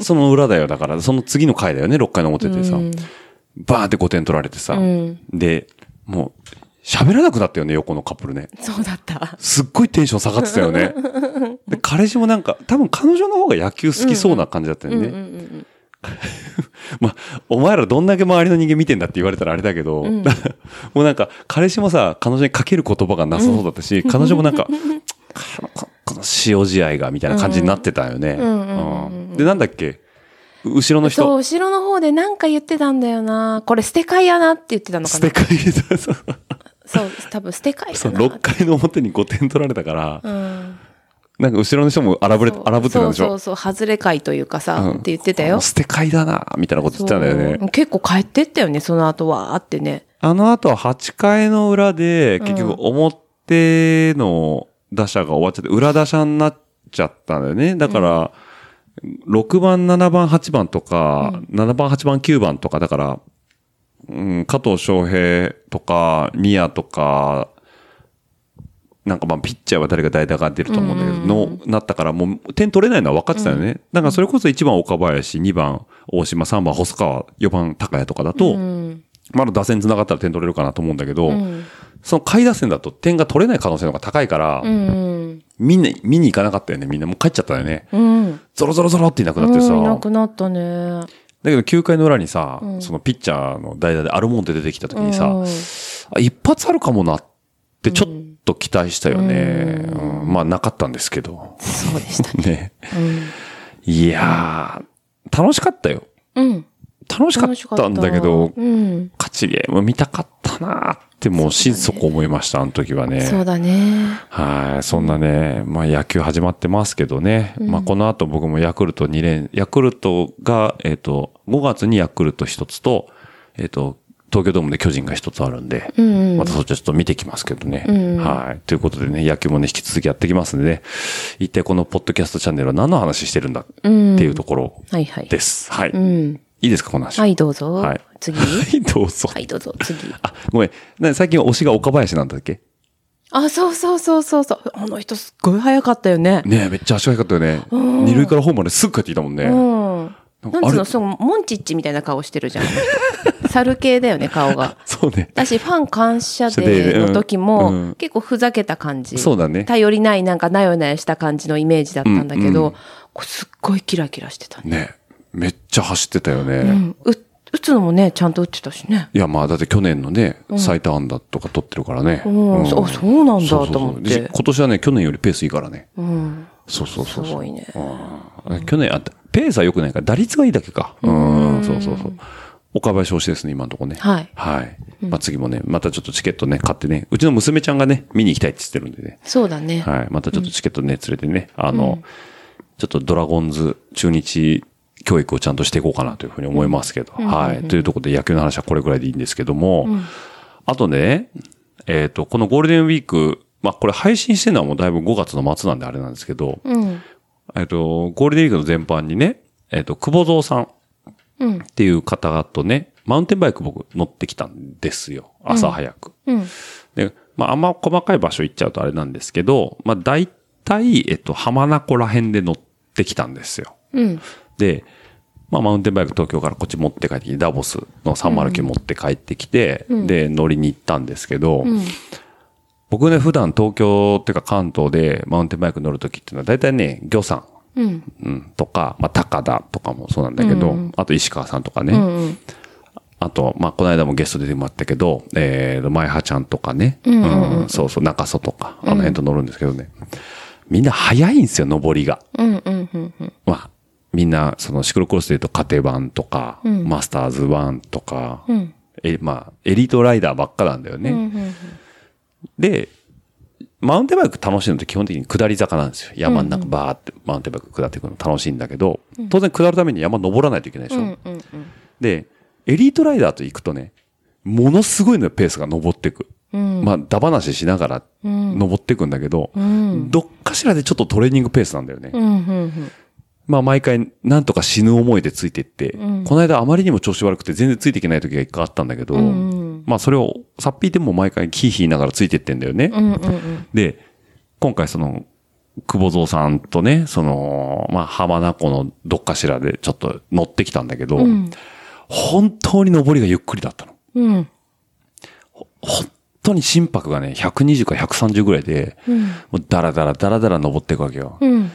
S4: その裏だよ。だから、その次の回だよね、6回の表でさ。バーンって5点取られてさ。で、もう、喋らなくなったよね、横のカップルね。
S5: そうだった。
S4: すっごいテンション下がってたよ ね。で、彼氏もなんか、多分彼女の方が野球好きそうな感じだったよね。 まあ、お前らどんだけ周りの人間見てんだって言われたらあれだけど、 もうなんか、彼氏もさ、彼女にかける言葉がなさそうだったし、彼女もなんか、ここの塩試合が、みたいな感じになってたよね。うんで、なんだっけ後ろの
S5: そう、
S4: 人。
S5: 後ろの方でなんか言ってたんだよな。これ捨て替えやなって言ってたのか
S4: ステ。
S5: な
S4: カイだそう
S5: そう、多分捨て替え
S4: そ
S5: だ
S4: う、
S5: な。
S4: 6回の表に5点取られたから、
S5: うん。
S4: なんか後ろの人も荒ぶれ、
S5: そう
S4: 荒ぶってたんでしょ
S5: そうそうそう、外れ会というかさ、
S4: うん
S5: って言ってたよ。
S4: 捨て替えだな、みたいなこと言ってたんだよ
S5: そ
S4: ね。
S5: う結構帰ってったよね、その後は、あってね。
S4: あの後は8回の裏で、結局表の打者が終わっちゃって、裏打者になっちゃったんだよね。だから、6番、7番、8番とか、7番、8番、9番とか、だから、うん、加藤翔平とか、宮とか、なんかまあ、ピッチャーは誰が代打が出ると思うんだけど、の、なったから、もう点取れないのは分かってたよね。だからそれこそ1番岡林、2番大島、3番細川、4番高谷とかだと、まだ打線繋がったら点取れるかなと思うんだけど、その下位打線だと点が取れない可能性の方が高いから、
S5: うん。
S4: みんな、見に行かなかったよね。みんなもう帰っちゃったよね。
S5: うん。
S4: ゾロゾロゾロっていなくなってさ。
S5: うん、いなくなったね。
S4: だけど9回の裏にさ、そのピッチャーの代打でアルモンテ出てきた時にさ、
S5: うん
S4: あ一発あるかもなってちょっと期待したよね。うんまあなかったんですけど。
S5: そうでしたね。
S4: ね。いやー、楽しかったよ。
S5: うん。
S4: 楽しかったんだけど、
S5: うん。
S4: 勝ちゲーム見たかったなーってもう心底思いました、あの時はね。
S5: そうだね。
S4: はい、そんなね、まあ野球始まってますけどね。まあこの後僕もヤクルト2連、ヤクルトが、えっ、と、5月にヤクルト1つと、えっ、と、東京ドームで巨人が1つあるんで、またそっちはちょっと見てきますけどね。はい。ということでね、野球もね、引き続きやってきますんでね、一体このポッドキャストチャンネルは何の話してるんだっていうところ
S5: はいはい。
S4: です。はい。
S5: うん。
S4: いいですか、この話。
S5: は。い、どうぞ。
S4: はい
S5: 次。
S4: はい、 どうぞ。
S5: はい、どうぞ、次。
S4: あ、ごめん。な最近推しが岡林なんだっけ
S5: あ、そうそうそうそうそう。あの人すっごい早かったよね。
S4: ねえ、めっちゃ足が速かったよね。二塁からホームまですぐ帰ってきたもんね。
S5: うん。なん
S4: あ
S5: つう
S4: れ
S5: の、そう、モンチッチみたいな顔してるじゃん。 猿系だよね、顔 が。
S4: そうね。
S5: だし、ファン感謝デーの
S4: で
S5: 時
S4: うんう
S5: も
S4: ん、
S5: 結構ふざけた感じ。
S4: そうだね
S5: 頼りない、なんかなよなよした感じのイメージだったんだけ
S4: うんう
S5: ど、こうすっごいキラキラしてたね。
S4: ねえめっちゃ走ってたよね。
S5: うん。う打つのもね、ちゃんと打ってたしね。
S4: いや、まあ、だって去年のね、最多安打とか取ってるからね。
S5: うんそそうなんだ
S4: そうそうそう
S5: と思って
S4: で今年はね、去年よりペースいいからね。
S5: うん。
S4: そうそうそうそう。
S5: すごいね
S4: うん去年、あ、ペースは良くないから、打率がいいだけか。うん、そうそうそう。岡林推しですね、今のとこね。
S5: はい
S4: はい。まあ次もね、またちょっとチケットね、買ってね、うちの娘ちゃんがね、見に行きたいって言ってるんでね。
S5: そうだね。
S4: はい。またちょっとチケットね、連れてね、あの、ちょっとドラゴンズ中日教育をちゃんとしていこうかなというふうに思いますけど。はい。というところで野球の話はこれぐらいでいいんですけども、あとね、えっ、と、このゴールデンウィーク、まあこれ配信してるのはもうだいぶ5月の末なんであれなんですけど、
S5: うん。
S4: えっ、と、ゴールデンウィークの全般にね、えっ、と、久保蔵さん
S5: うん
S4: っ。ていう方とね、マウンテンバイク僕乗ってきたんですよ。朝早く。
S5: うん。
S4: で、まあ、あんま細かい場所行っちゃうとあれなんですけど、まあ、大体、えっと、浜名湖ら辺で乗ってきたんですよ。
S5: うん。
S4: で、まあ、マウンテンバイク東京からこっち持って帰ってきて、ダボスの309持って帰ってきて、で、乗りに行ったんですけど、僕ね、普段東京っていうか関東でマウンテンバイク乗るときっていうのは、大体ね、魚さん、
S5: うん。
S4: うん、とか、まあ、高田とかもそうなんだけど、あと石川さんとかね、
S5: うん。
S4: あと、まあ、この間もゲストで出てもらったけど、えー、前葉ちゃんとかね、うんそうそう、中曽とか、あの辺と乗るんですけどね。みんな早いんですよ、上りが。
S5: うん。うん。うん。
S4: まあ、みんな、そのシクロクロスで言うと、カテ版とか、マスターズ1とか、
S5: ん
S4: え、まあ、エリートライダーばっかなんだよね。で、マウンテンバイク楽しいのって基本的に下り坂なんですよ。山の中バーってマウンテンバイク下っていくの楽しいんだけど、当然下るために山登らないといけないでしょ。で、エリートライダーと行くとね、ものすごいのよペースが登っていく。まあ、だ話しながら登っていくんだけど、どっかしらでちょっとトレーニングペースなんだよね。まあ毎回なんとか死ぬ思いでついていって、この間あまりにも調子悪くて全然ついていけない時が一回あったんだけど、まあそれをさっぴいても毎回ヒーヒー言いながらついていってんだよね。で、今回その、久保蔵さんとね、その、まあ浜名湖のどっかしらでちょっと乗ってきたんだけど、本当に登りがゆっくりだったの。
S5: うん。
S4: 本当に心拍がね、120か130ぐらいで、もうダラダラダラダラ登っていくわけよ。
S5: うん。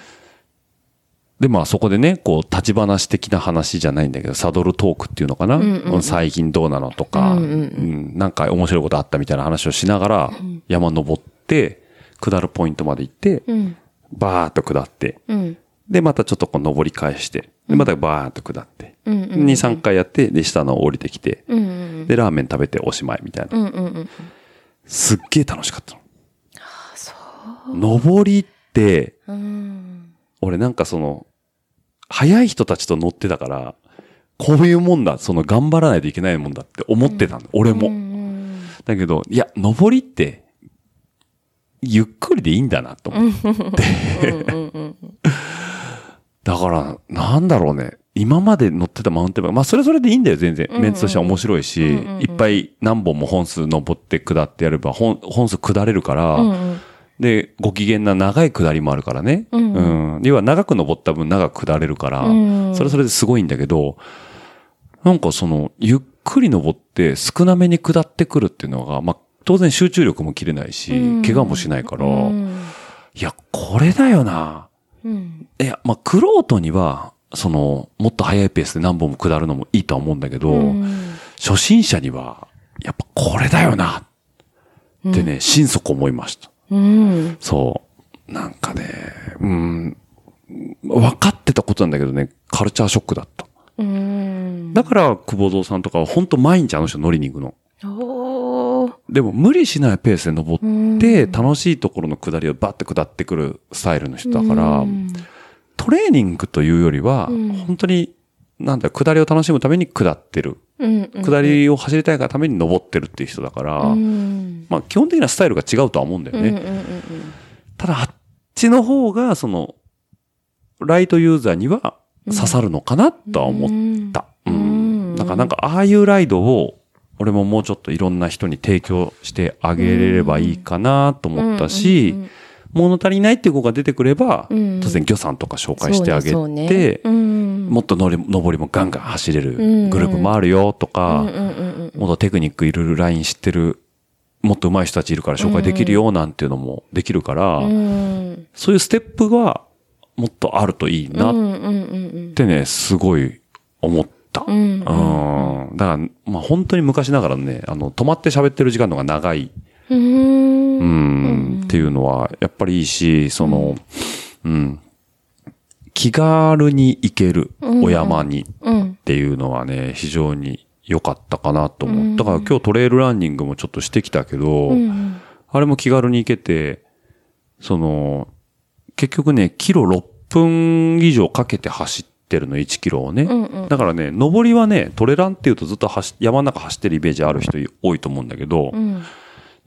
S4: で、まあそこでね、こう、立ち話的な話じゃないんだけど、サドルトークっていうのかな、最近どうなのとか、うんなんか面白いことあったみたいな話をしながら、山登って、下るポイントまで行って、
S5: うん。
S4: バーッと下って、
S5: うん。
S4: で、またちょっとこう登り返して、で、またバーッと下って、
S5: うんうんうん
S4: 2、3回やって、で、下の降りてきて、
S5: うん。うん。
S4: で、ラーメン食べておしまいみたいな。
S5: うん。うん。
S4: すっげえ楽しかったの。登りって、
S5: うん。
S4: 俺なんかその、早い人たちと乗ってたから、こういうもんだ、その頑張らないといけないもんだって思ってたの、俺も。だけど、いや、登りって、ゆっくりでいいんだなと思って。だから、なんだろうね。今まで乗ってたマウンテンバイク、まあそれぞれでいいんだよ、全然。メンツとしては面白いし、いっぱい何本も本数登って下ってやれば、本本数下れるから、で、ご機嫌な長い下りもあるからね。うん、要は長く登った分長く下れるから、それはそれですごいんだけど、なんかその、ゆっくり登って少なめに下ってくるっていうのが、まあ、当然集中力も切れないし、怪我もしないから、いや、これだよな。
S5: うん。
S4: いや、まあ、クロートには、その、もっと速いペースで何本も下るのもいいとは思うんだけど、初心者には、やっぱこれだよな。ってね、心底思いました。
S5: うん。
S4: そう。なんかね、うん、分かってたことなんだけどね、カルチャーショックだった。
S5: うん。
S4: だから、久保蔵さんとかは本当毎日あの人乗りに行くの。
S5: おー。
S4: でも無理しないペースで登って、楽しいところの下りをバッて下ってくるスタイルの人だから、トレーニングというよりは、本当に、なんだ、下りを楽しむために下ってる。
S5: うん。
S4: 下りを走りたいがために登ってるっていう人だから、
S5: うん。
S4: まあ基本的なスタイルが違うとは思うんだよね。
S5: うんうんうん
S4: ただあっちの方が、その、ライトユーザーには刺さるのかなとは思った。うん。
S5: うん
S4: なんか、なんか、ああいうライドを、俺ももうちょっといろんな人に提供してあげれればいいかなと思ったし、物足りないっていう子が出出てくれば、
S5: うん
S4: 当然魚さんとか紹介してあげ
S5: そうね
S4: て、
S5: そうね
S1: Mm,
S5: うん
S4: もっと乗り、登りもガンガン走れ
S5: う
S4: る
S5: ん
S4: グループもあるよとか、
S5: うんうんうんうん
S4: もっとテクニックいろいろライン知ってる、もっと上手い人たちいるから紹介できるよなんていうのもできるから、
S1: mm,
S5: うん
S4: そういうステップがもっとあるといいな
S1: mm,
S4: っ
S5: うんうんうん
S4: てね、すごい思った。
S5: うん
S1: mm.
S5: うん
S4: うんだから、まあ本当に昔ながらね、あの、止まって喋ってる時間の方が長い、
S5: うん
S4: うん、っていうのは、やっぱりいいし、その、うん、気軽に行ける、お山に
S5: うん
S4: っていうのはね、非常に良かったかなと思う。だから今日トレイルランニングもちょっとしてきたけど、
S5: うん
S4: あれも気軽に行けて、その、結局ね、キロ6分以上かけて走ってるの、1キロをね。
S5: んう
S4: だからね、上りはね、トレランっていうとずっと走山の中走ってるイメージある人多いと思うんだけど、
S5: うん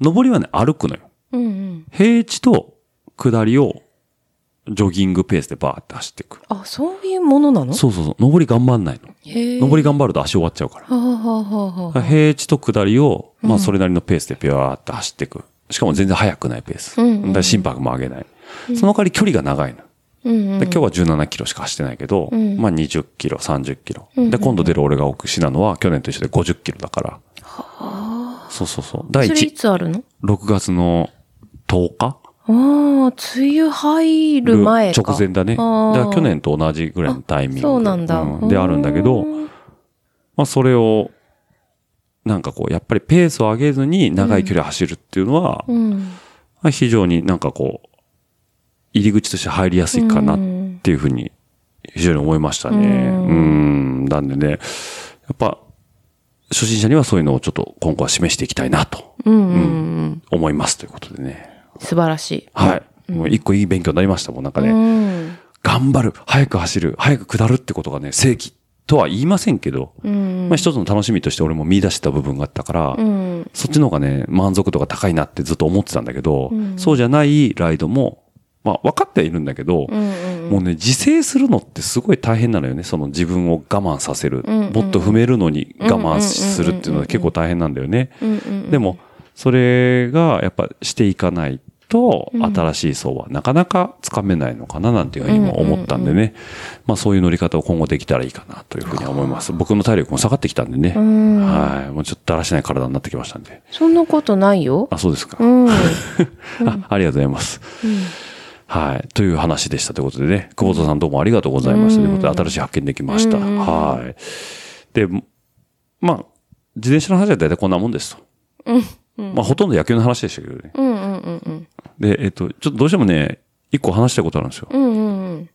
S4: 上りはね、歩くのよ。
S5: うんうん
S4: 平地と下りをジョギングペースでバーって走っていく。
S5: あそういうものなの
S4: そうそうそう、上り頑張んないの。
S5: へー
S4: 上り頑張ると足終わっちゃうから。
S5: はあはあはあはあ
S4: 平地と下りを、まあそれなりのペースでピュアーって走っていく。しかも全然速くないペース。
S5: うんうん
S4: だから心拍も上げない。その代わり距離が長いの。
S5: うんうん
S4: で今日は17キロしか走ってないけど、
S5: ん
S4: まあ20キロ、30キロ。で、今度出る俺が奥市なのは去年と一緒で50キロだから。そうそうそう。第
S5: それい
S4: 1、
S5: つあるの
S4: 6月の10日
S5: ああ、梅雨入る前か。
S4: 直前だね。だ
S5: あ
S4: か
S5: ー
S4: ら去年と同じぐらいのタイミング。
S5: あそうなんだ
S4: であるんだけど、
S5: うん
S4: まあそれを、なんかこう、やっぱりペースを上げずに長い距離走るっていうのは、
S5: うん。
S4: まあ非常になんかこう、入り口として入りやすいかなっていうふうに、非常に思いましたね。
S5: うん
S4: うん。なんでね、やっぱ、初心者にはそういうのをちょっと今後は示していきたいなと
S5: うんうん。
S4: 思いますということでね。
S5: 素晴らしい。
S4: はい。もう一個いい勉強になりましたもん、なんかね。
S5: うん。
S4: 頑張る、早く走る、早く下るってことがね、正規とは言いませんけど、
S5: うん。
S4: まあ一つの楽しみとして俺も見出してた部分があったから、
S5: うん。
S4: そっちの方がね、満足度が高いなってずっと思ってたんだけど、そうじゃないライドも、まあ分かってはいるんだけど、
S5: うん。
S4: もうね、自制するのってすごい大変なのよね。その自分を我慢させる。
S5: んうん
S4: もっと踏めるのに我慢するっていうのは結構大変なんだよね。
S5: うん。うん。
S4: でも、それがやっぱしていかないと、新しい層はなかなかつかめないのかななんていうふうに今思ったんでね。まあそういう乗り方を今後できたらいいかなというふうに思います。僕の体力も下がってきたんでね。
S5: ん
S4: はい。もうちょっとだらしない体になってきましたんで。
S5: そんなことないよ。
S4: あ、そうですか。
S5: うん。
S4: あありがとうございます。はい。という話でしたということでね、久保田さんどうもありがとうございましたということで、新しい発見できました。はい。で、まあ、自転車の話は大体こんなもんですと。まあ、ほとんど野球の話でしたけどね。
S5: うんうんうんうん。
S4: で、えっと、ちょっとどうしてもね、一個話したいことあるんですよ。
S5: うんうんうん。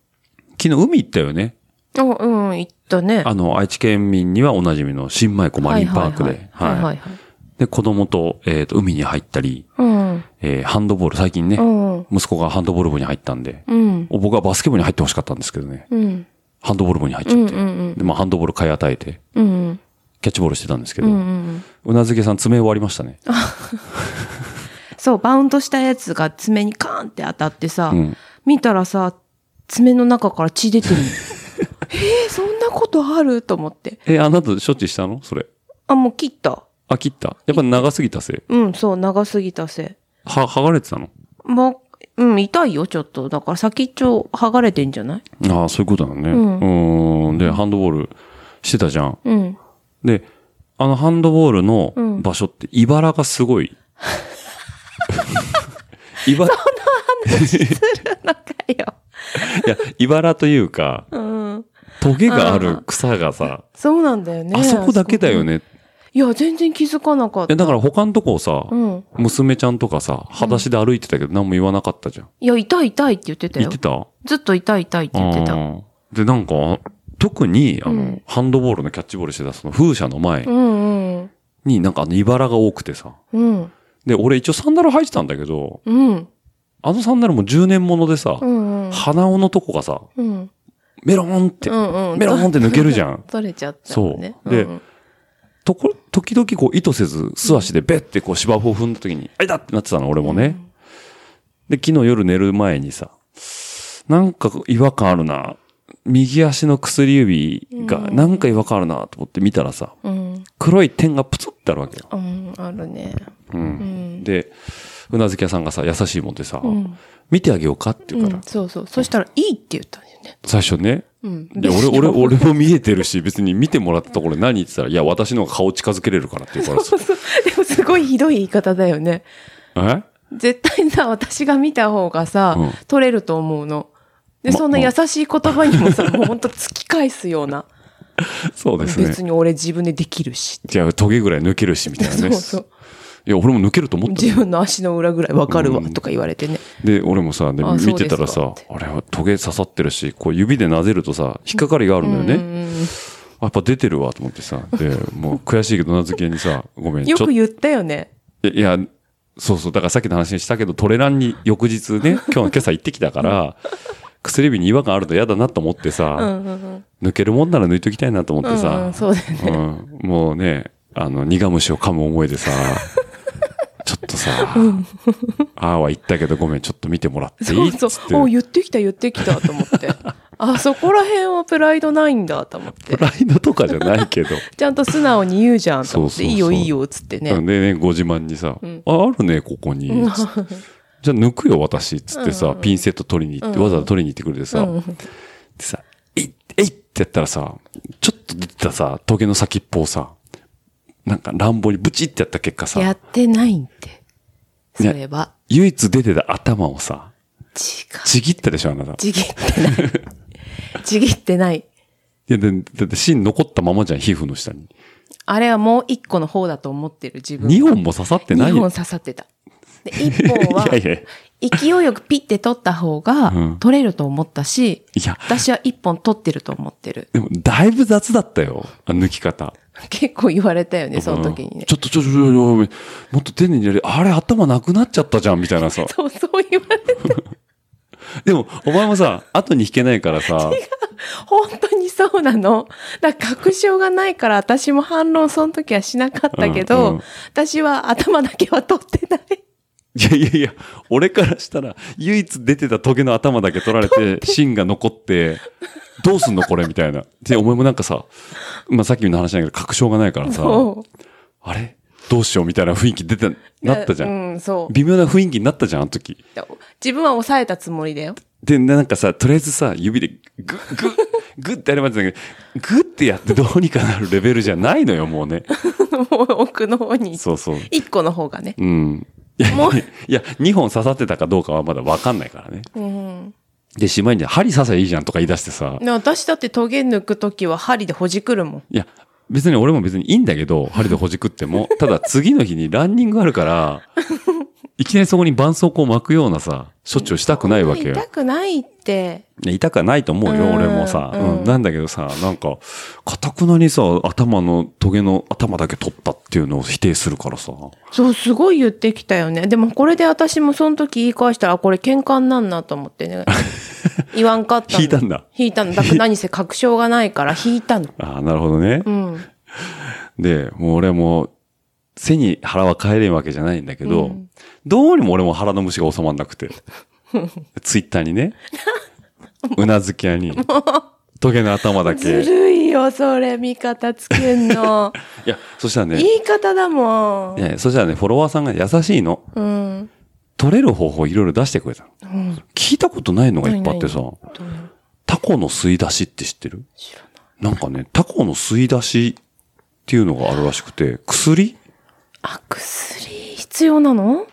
S4: 昨日海行ったよね。
S5: あ、うん、言ったね。
S4: あの、愛知県民にはおなじみの新米湖マリンパークで。
S5: はいはいはいはいはいはい。
S4: で、子供と、えっと、海に入ったり、
S5: うん。
S4: えーハンドボール、最近ね、
S5: うん。
S4: 息子がハンドボール部に入ったんで、
S5: うん。
S4: 僕はバスケ部に入ってほしかったんですけどね。
S5: うん。
S4: ハンドボール部に入っちゃって。
S5: うんうんうん
S4: で、まあ、ハンドボール買い与えて、
S5: うん。
S4: キャッチボールしてたんですけど、
S5: う
S4: うん
S5: うん。
S4: なずけさん爪終わりましたね。
S5: そう、バウンドしたやつが爪にカーンって当たってさ、
S4: うん
S5: 見たらさ、爪の中から血出てるの。えー、そんなことあると思って。
S4: え、あなた処置したのそれ。
S5: あ、もう切った。
S4: あ、切った。やっぱ長すぎたせい。
S5: うん、そう、長すぎたせ
S4: は、剥がれてたの
S5: い。まあ、うん、痛いよ、ちょっと。だから先っちょ剥がれてんじゃない
S4: ああ、そういうことなのね。うんーん。んで、ハンドボールしてたじゃん。
S5: うん。
S4: で、あのハンドボールの
S5: ん
S4: 場所って、茨がすご い。茨、
S5: 仲よ。
S4: いや、茨というか、
S5: うん。
S4: トゲがある草がさ、
S5: そうなんだよね。
S4: あそこだけだよ
S5: ね。
S4: ね。い
S5: いや、全然気づかなかっ
S4: や、
S5: た。
S4: だから他のとこをさ、
S5: うん。
S4: 娘ちゃんとかさ、裸足で歩いてたけど何も言わなかったじゃん。
S5: いや、痛い痛いって言ってた
S4: 言
S5: よ
S4: って。た
S5: ずっと痛い痛いって言ってた。
S4: あーで、なんか、特に、あの、
S5: うん
S4: ハンドボールのキャッチボールしてたその風車の前
S5: うんうん。
S4: になんかあの、茨が多くてさ、
S5: うん。
S4: で、俺一応サンダル履いてたんだけど、
S5: うん。
S4: あのサンダルも10年ものでさ、
S5: うんうん。
S4: 鼻緒のとこがさ、
S5: うん。
S4: メロンって、
S5: うんうん。
S4: メロンって抜けるじゃん。
S5: 取れちゃったもんね。
S4: そうで
S5: んん
S4: とこ、時々こう意図せず素足でベッてこう芝生を踏んだ時に、あいだってなってたの俺もね。で、昨日夜寝る前にさ、なんか違和感あるな。右足の薬指がなんか違和感あるなと思って見たらさ、
S5: うん。
S4: 黒い点がプツってあるわけよ。
S5: うん。あるね。
S4: うん
S5: ん
S4: で、うなずき屋さんがさ、優しいもんでさ、見てあげようかって言う
S5: う
S4: から、
S5: ん。そうそう。そしたら、いいって言ったんだよね。
S4: 最初ね、
S5: うん。
S4: で俺、 俺、俺も見えてるし、別に見てもらったところで何言ってたら、いや、私の方が顔近づけれるからって言う からさ、
S5: でもすごいひどい言い方だよね。
S4: え
S5: 絶対さ、私が見た方がさ、
S4: うん
S5: 取れると思うの。で、
S4: ま
S5: そんな優しい言葉にも さ、もうほんと突き返すような。
S4: そうですね。
S5: 別に俺自分でできるし。
S4: じゃあ、トゲぐらい抜けるし、みたいな
S5: そ
S4: ね。
S5: うそう。
S4: いや、俺も抜けると思った
S5: 自
S4: よ。
S5: 分の足の裏ぐらいわかるわ
S4: う、ん
S5: とか言われてね。
S4: で、俺もさ、で
S5: あ
S4: 見てたら
S5: そう
S4: さ
S5: です、
S4: あれはトゲ刺さってるし、こう指でなぜるとさ、引っかかりがあるんだよね。あやっぱ出てるわ、と思ってさ。で、もう悔しいけど、名付けに さ、ごめん、
S5: よ
S4: ちょっ
S5: く
S4: と。い
S5: 言ったよね。
S4: や、そうそう、だからさっきの話にしたけど、トレランに翌日 ね、今日の今朝行ってきたから、薬指に違和感あると嫌だなと思ってさ、抜けるもんなら抜いときたいなと思って
S5: うんう
S4: さ
S5: ん、、そうだよね。
S4: うん、もうね、あの、苦虫を噛む思い でさ、ちょっとさ、ああは言ったけどごめん、ちょっと見てもらってい
S5: そ
S4: いうっつ
S5: そ
S4: っ
S5: う
S4: て。。
S5: お言ってきた言ってきたと思 って。あ、そこら辺はプライドないんだと思って
S4: プ。ライドとかじゃないけど。
S5: ちゃんと素直に言うじゃんと思って。
S4: そうそうそう
S5: いいよいいよ、つって
S4: で ね、
S5: ね。
S4: ご自慢にさ、
S5: ん
S4: あ、あるね、ここに。つってじゃあ抜くよ、私。つってさ、ピンセット取りに行って、わざわざ取りに行ってくれてさ、でさ、えいっ、えいっってやったらさ、ちょっと出てたさ、トゲの先っぽをさ、なんか乱暴にブチってやった結果さ
S5: やっ、てないんで。
S4: ね
S5: それは。
S4: 唯一出てた頭をさ、
S5: 違う。
S4: ちぎったでしょ、あなた。
S5: ちぎってない。ちぎってない。
S4: いや、でだって芯残ったままじゃん、皮膚の下に。
S5: あれはもう一個の方だと思ってる自分。
S4: 2本も刺さってない
S5: 二
S4: よ
S5: 本。刺さってた。で、一本はい
S4: や、 いやい
S5: 勢いよくピッて取った方
S4: うん
S5: が取れると思ったし、
S4: や、
S5: 私は一本取ってると思ってる。
S4: でも、だいぶ雑だったよ、あ抜き方。
S5: 結構言われたよね、その時に
S4: うん
S5: ね
S4: ち。ょっと、ちょっと、ちょっともっと丁寧にやれ。あれ、頭なくなっちゃったじゃん、みたいな さ。
S5: そう、そう言われて、
S4: でも、お前もさ、後に引けないから さ、
S5: 本当にそうなの。だから確証がないから私も反論その時はしなかったけど、
S4: うんうん
S5: 私は頭だけは取ってない。
S4: いやいやいや、俺からしたら、唯一出てたトゲの頭だけ取られて、芯が残って、どうすんのこれみたいな。で、お前もなんかさ、まあ、さっきの話だけど、確証がないからさ、
S5: そ
S4: あれどうしようみたいな雰囲気出て、
S5: う。
S4: なったじゃん。
S5: うん、そう。
S4: 微妙な雰囲気になったじゃん、あの時。
S5: 自分は抑えたつもりだよ。
S4: で、なんかさ、とりあえずさ、指でグッ、グッ、グッってやればいいんだけど、グッってやってどうにかなるレベルじゃないのよ、もうね。
S5: もう奥の方に。
S4: そうそう。
S5: 一個の方がね。
S4: うん。いや、い
S5: もう
S4: や、2本刺さってたかどうかはまだわかんないからね。
S5: うん。
S4: で、しまいに、針刺せばいいじゃんとか言い出してさ、
S5: で私だってトゲ抜く時は針でほじくるもん。
S4: いや、別に俺も別にいいんだけど、針でほじくっても、ただ次の日にランニングあるから、いきなりそこに絆創膏を巻くようなさ、処置をしたくないわけよ。
S5: 痛くないって。
S4: ね痛くはないと思うよ、
S5: うん
S4: 俺もさ。
S5: うん
S4: うん。なんだけどさ、なんか、かたくなにさ、頭の、トゲの頭だけ取ったっていうのを否定するからさ。
S5: そう、すごい言ってきたよね。でもこれで私もその時言い返したら、あこれ喧嘩になんなと思っ てね。言わんかったの
S4: 引いたんだ
S5: 引いたの。だから何せ確証がないから引い たの。
S4: ああ、なるほどね。
S5: うん。
S4: で、もう俺も、背に腹は帰れんわけじゃないんだけど、
S5: うん
S4: どうにも俺も腹の虫が収まんな くて。ツイッターにね、うなずき 屋に、トゲの頭だけ。
S5: ず
S4: い
S5: るいよ、それ、味方つけん の。
S4: や、そしたらね、
S5: 言い方だも
S4: い
S5: ん。
S4: やそしたらね、フォロワーさんが優しいの。
S5: うん。
S4: 取れる方法いろいろ出してくれたの。
S5: うん。
S4: 聞いたことないのがいっぱいあってさ、
S5: どういうの
S4: タコの吸い出しって知ってる
S5: 知らな
S4: な
S5: い。
S4: んかね、タコの吸い出しっていうのがあるらしくて、薬
S5: あ、薬必要なの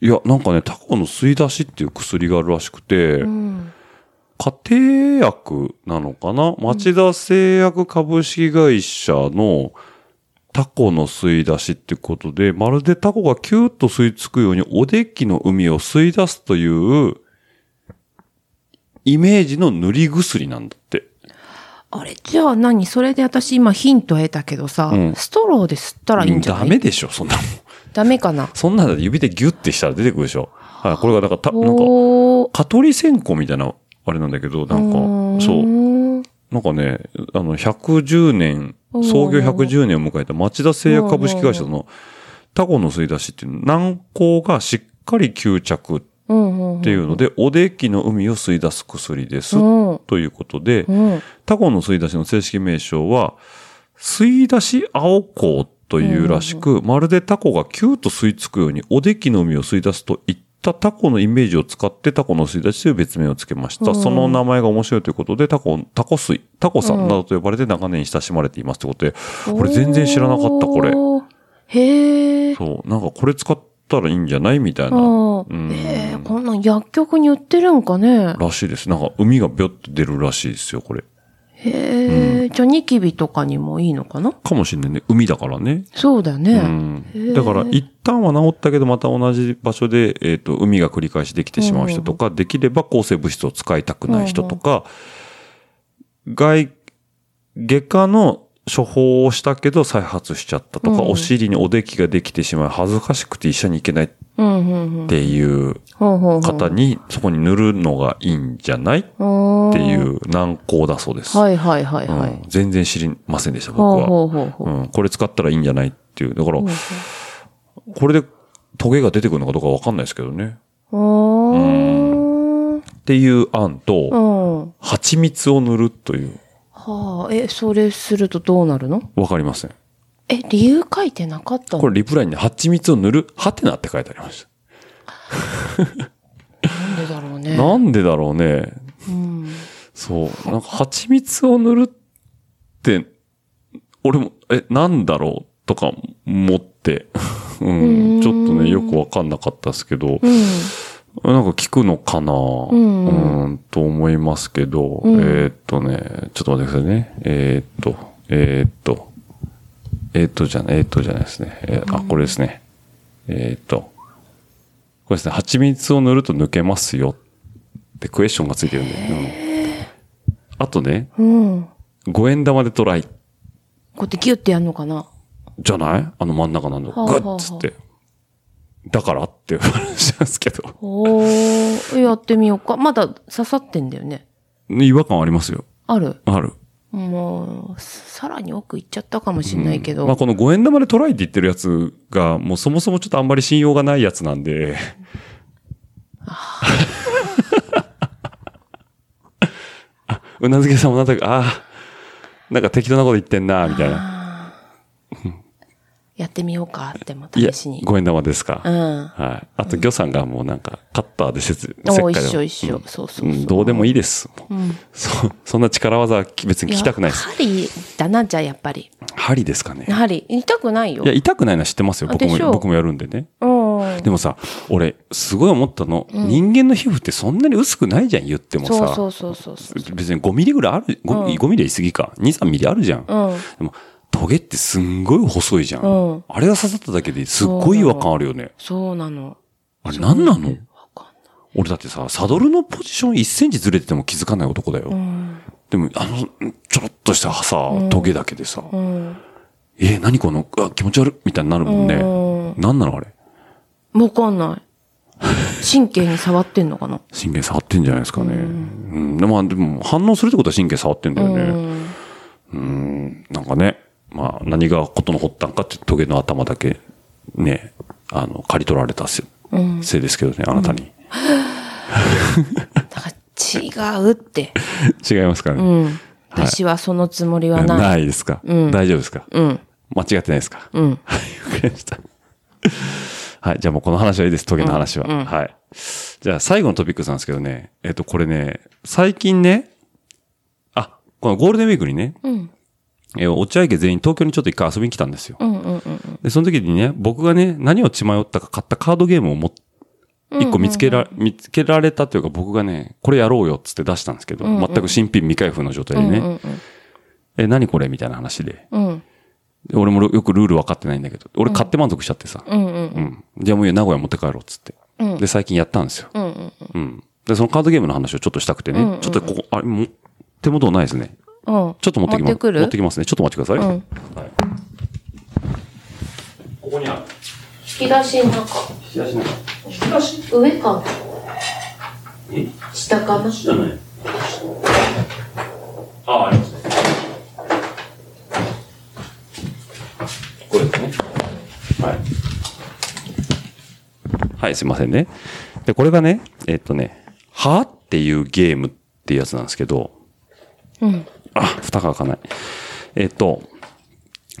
S4: いや、なんかね、タコの吸い出しっていう薬があるらしくて、
S5: うん。
S4: 家庭薬なのかな町田製薬株式会社のタコの吸い出しってことで、まるでタコがキューッと吸い付くようにおできの海を吸い出すという、イメージの塗り薬なんだって。
S5: あれ、じゃあ何それで私今ヒント得たけどさ、
S4: うん
S5: ストローで吸ったらいいんじゃない
S4: ダメでしょ、そんなもん。
S5: ダメかな
S4: そんなの指でギュッてしたら出てくるでしょ。はい、これがなんかた、なんか、
S5: おー
S4: 蚊取り線香みたいな、あれなんだけど、なんか
S5: うーん、
S4: そう。なんかね、あの、110年、創業110年を迎えた町田製薬株式会社のタコの吸い出しっていう軟膏がしっかり吸着っ
S5: うんうん
S4: ていうので、おできの海を吸い出す薬です。
S5: うん
S4: ということで、
S5: うん
S4: タコの吸い出しの正式名称は、吸い出し青港というらしく、まるでタコがキューッと吸い付くようにおできの海を吸い出すといったタコのイメージを使ってタコの吸い出しという別名をつけました。その名前が面白いということで、タコ、タコ水、タコさんなどと呼ばれて長年親しまれていますということで、これ全然知らなかった、これ。
S5: おー。へえ。
S4: そう、なんかこれ使ったらいいんじゃないみたいな。
S5: あ
S4: うん
S5: あ。へえ、こんなん薬局に売ってるんかね。
S4: らしいです。なんか海がビョッと出るらしいですよ、これ。
S5: へえ。じゃあニキビとかにもいいのかな
S4: かもしれないね。海だからね。
S5: そうだ
S4: う
S5: ね。
S4: んだから一旦は治ったけどまた同じ場所で、えっと海が繰り返しできてしまう人とか、できれば抗生物質を使いたくない人とか、外外科の処方をしたけど再発しちゃったとか、お尻におできができてしまい恥ずかしくて医者に行けないっ
S5: うんうんうん。
S4: ていう
S5: ほうほうほう。
S4: 方にそこに塗るのがいいんじゃないっ
S5: って
S4: いう難航だそうです。
S5: はいはいはい
S4: う
S5: は
S4: ん
S5: い。
S4: 全然知りませんでした、僕
S5: ほう
S4: は。
S5: ほうほうほう。
S4: うん、これ使ったらいいんじゃないっていう。だから、これでトゲが出てくるのかどうかわかんないですけどね。
S5: おー。
S4: っていう案
S5: う
S4: と、
S5: ん。は
S4: 蜂蜜を塗るという、
S5: あ、え、それするとどうなるの
S4: わかりません。
S5: え、理由書いてなかったの
S4: これリプライに蜂蜜を塗る、ハテナって書いてありました。
S5: なんでだろうね。
S4: なんでだろうね。
S5: うん。
S4: そう。なんか蜂蜜を塗るって、俺も、え、なんだろうとか思って、 うん、ちょっとね、よくわかんなかったですけど、
S5: うん。
S4: なんか聞くのかなうんーんと思いますけど、
S5: ん
S4: えーっとね、ちょっと待ってくださいね。えーっと、えーっと、えーっとじゃない、えーっとじゃないですね。えーあ、これですね。えーっと、これですね、蜂蜜を塗ると抜けますよってクエスチョンがついてるんで。うんあとね、
S5: うん。
S4: 五円玉でトライ。
S5: こうやってギュってやんのかな
S4: じゃないあの真ん中なんだ。グ
S5: はあはあはあ
S4: ッつって。だからっていう話なんですけど。
S5: おー、やってみようか。まだ刺さってんだよね。
S4: 違和感ありますよ。
S5: ある
S4: ある。
S5: もう、さらに奥行っちゃったかもしんないけど。
S4: まあこの5円玉でトライって言ってるやつが、もうそもそもちょっとあんまり信用がないやつなんで。あ、うなずけさんもなんだか、ああ、なんか適当なこと言ってんな、みたいな。
S5: やってみようかっても
S4: いや、
S5: 試しに。
S4: 5円玉ですか。
S5: うん。
S4: はい。あと、魚さんがもうなんか、カッターで切、切
S5: お
S4: 開
S5: 一
S4: で
S5: 緒一緒。そうそう
S4: う
S5: そ
S4: ん
S5: う。
S4: どうでもいいです。そ、そんな力技は別に聞きたくないです。
S5: 針だな、じゃあやっぱり。
S4: 針ですかね。
S5: 針。痛くないよ。
S4: いや、痛くないのは知ってますよ。
S5: あ
S4: 僕も
S5: でしょ、う
S4: 僕もやるんでね。
S5: うん。
S4: でもさ、俺、すごい思ったの、人間の皮膚ってそんなに薄くないじゃん、言っても
S5: そ
S4: さ。
S5: うそうそうそうそう。
S4: 別に5ミリぐらいある、5, ミリ5ミリは言い過ぎか。2、3ミリあるじゃん。
S5: うん。
S4: でも、トゲってすんごい細いじゃん。
S5: うん
S4: あれが刺さっただけですっごい違和感あるよね。
S5: そうなの。
S4: あれ何なの
S5: わかん
S4: 俺だってさ、サドルのポジション1センチずれてても気づかない男だよ。
S5: ん
S4: でも、あの、ちょろっとしたさ、トゲだけでさ、
S5: うん。
S4: えー、何この、あ気持ち悪いみたいになるもんね。
S5: う
S4: 何なのあれ
S5: わかんない。神経に触ってんのかな。
S4: 神経触ってんじゃないですかね。うん。でまあでも、反応するってことは神経触ってんだよね。うん。なんかね、まあ、何がことの発端かって、トゲの頭だけ、ね、あの、刈り取られたせ,、せいですけどね、あなたに。
S5: だから違うって。
S4: 違いますから
S5: う
S4: ね。
S5: ん。私はそのつもりは
S4: ない
S5: ない。
S4: ですか、大丈夫ですか、
S5: うん。
S4: 間違ってないですか
S5: うん。
S4: はい、わかりました。 はい、じゃあもうこの話はいいです、トゲの話は。はい。じゃあ最後のトピックスなんですけどね、えっと、これね、最近ね、あ、このゴールデンウィークにね、
S5: ん
S4: えー落合家全員東京にちょっと一回遊びに来たんですよ。
S5: うんうんうん。
S4: で、その時にね、僕がね、何を血迷ったか買ったカードゲームをも、一個見つけら、見つけられたというか僕がね、これやろうよっつって出したんですけど、全く新品未開封の状態でね、え、何これみたいな話で。
S5: うん。
S4: で俺もよくルール分かってないんだけど、俺買って満足しちゃってさ、
S5: うんうん。
S4: うん。じゃあもういいよ名古屋持って帰ろうっつって。で、最近やったんですよ。うんで、そのカードゲームの話をちょっとしたくてね。ちょっとここ、あれ、もう、手元ないですね。
S5: うん。
S4: ちょっと持ってきます。
S5: 持ってくる
S4: きますね。ちょっとお待ちください。
S5: うん
S4: はい。ここにある。
S5: 引き出しの中。
S2: 引き出しなんか
S5: 引き出し上かな
S2: え
S5: 下かな
S2: じゃないああありますねこれですねはい
S4: はい、すいませんね。で、これがね、えっとね、はっていうゲームっていうやつなんですけど、うん。あ、蓋が開かない。えっと、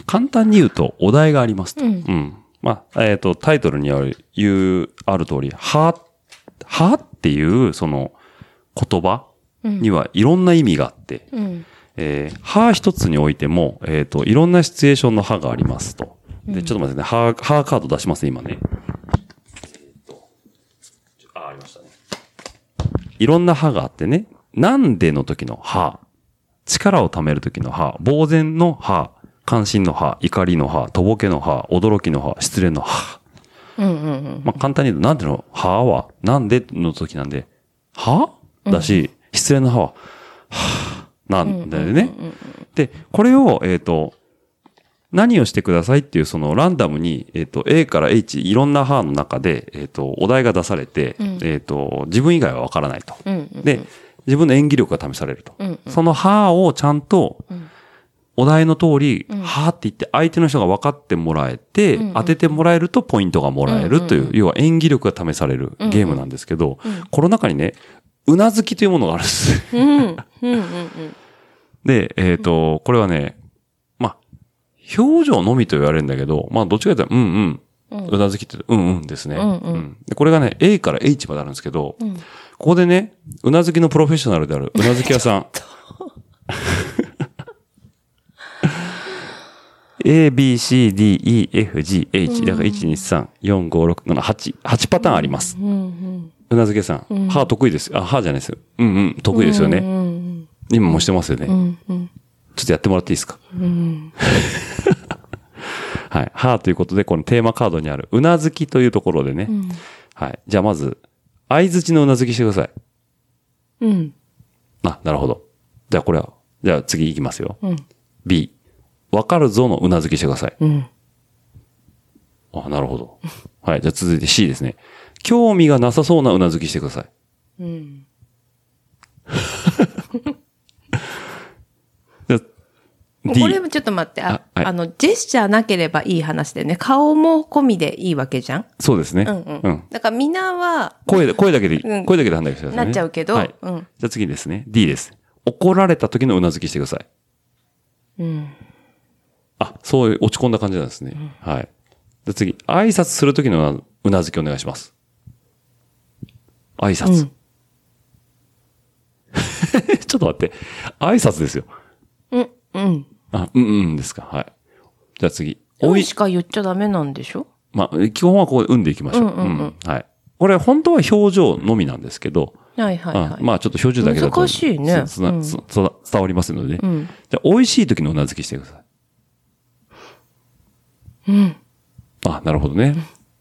S4: 簡単に言うと、お題がありますと。うん。まあ、えっと、タイトルにある、言う、ある通り、は、はっていう、その、言葉にはいろんな意味があって、えー、歯一つにおいても、えっ、と、いろんなシチュエーションの歯がありますと。で、ちょっと待ってね、歯、歯カード出しますね、今ね。あ、ありましたね。いろんな歯があってね、なんでの時の歯、力を貯める時の歯、呆然の歯、関心の歯、怒りの歯、とぼけの歯、驚きの歯、失恋の歯。まあ、簡単に言うと、なんでの歯は、なんでの時なんで、歯だし、失恋の歯は、はぁなんだよね。で、これを、えっ、と、何をしてくださいっていう、そのランダムに、えっ、と、A から H、いろんな班の中で、えっ、と、お題が出されて、えっ、と、自分以外はわからないと、で、自分の演技力が試されると。その歯をちゃんと、お題の通り、はーって言って、相手の人が分かってもらえて、当ててもらえるとポイントがもらえるという、要は演技力が試されるゲームなんですけど、この中にね、うなずきというものがあるんです。で、えっ、と、これはね、まあ、表情のみと言われるんだけど、まあ、どっちかというと、うんうん、うなずきって、うんうんですね、うんで。これがね、A から H まであるんですけど、ここでね、うなずきのプロフェッショナルであるうなずき屋 さん。A, B, C, D, E, F, G, H。だから、1、2、3、4、5、6、7、8。8パターンあります。うなずけさん、歯得意です。あ、歯じゃないですよ。うんうん、得意ですよね。今もしてますよね、ちょっとやってもらっていいですか、はい。歯ということで、このテーマカードにある、うなずきというところでね。はい。じゃあまず、相づちのうなずきしてください。
S3: うん。
S4: あ、なるほど。じゃあこれは、じゃあ次いきますよ。B、わかるぞのうなずきしてください。あ、なるほど。はい。じゃあ続いて C ですね。興味がなさそうなうなずきしてください。 うん。じゃ
S5: こ
S4: あ
S5: れ
S4: D。
S5: もちょっと待って、あ、
S4: あはい
S5: あの、ジェスチャーなければいい話だよね。顔も込みでいいわけじゃん
S4: そうですね。
S5: うんうん。だからみんなは、
S4: 声で、声だけで、
S5: うん
S4: 声だけで判断してください、ね。
S5: なっちゃうけど
S4: はい。
S5: うん
S4: じゃあ次ですね。D です。怒られた時のうなずきしてください。うん。あ、そういう落ち込んだ感じなんですね。はい。じゃあ次、挨拶する時のうなうなずきお願いします。挨拶。 ちょっと待って。挨拶ですよ。うん、うん。あ、うん、うんですか。はい。じゃあ次。
S5: お
S4: おい
S5: いしか言っちゃダメなんでしょ
S4: まあ、基本はここで産んでいきましょう。うんはい。これ本当は表情のみなんですけど、
S5: はいはいは
S4: あ
S5: い。
S4: まあちょっと表情だけだと。
S5: 難しいね
S4: つつなつつな伝わりますのでね。じゃあ、美味しい時のうなずきしてください。うん。あ、なるほどね。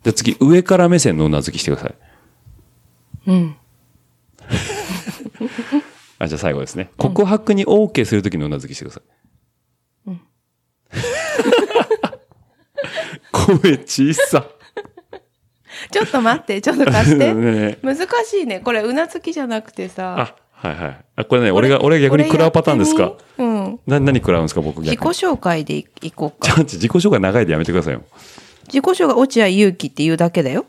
S4: じゃあ次、上から目線のうなずきしてください。 うん。あ、じゃあ最後ですね。告白に OK する時のうなずきしてください。うん。 声小さ。
S5: ちょっと待って、ちょっと貸し て。
S4: ね
S5: 難しいね。これ、うなずきじゃなくてさ。
S4: あ、はいはい。あ、これね、俺が、俺が逆に食らうパターンですか
S5: これやってみうん。
S4: な、何食らうんですか僕逆に。
S5: 自己紹介でいいこう か。
S4: ちゃんと自己紹介長いでやめてくださいよ。
S5: 自己紹介、落合勇気って言うだけだよ。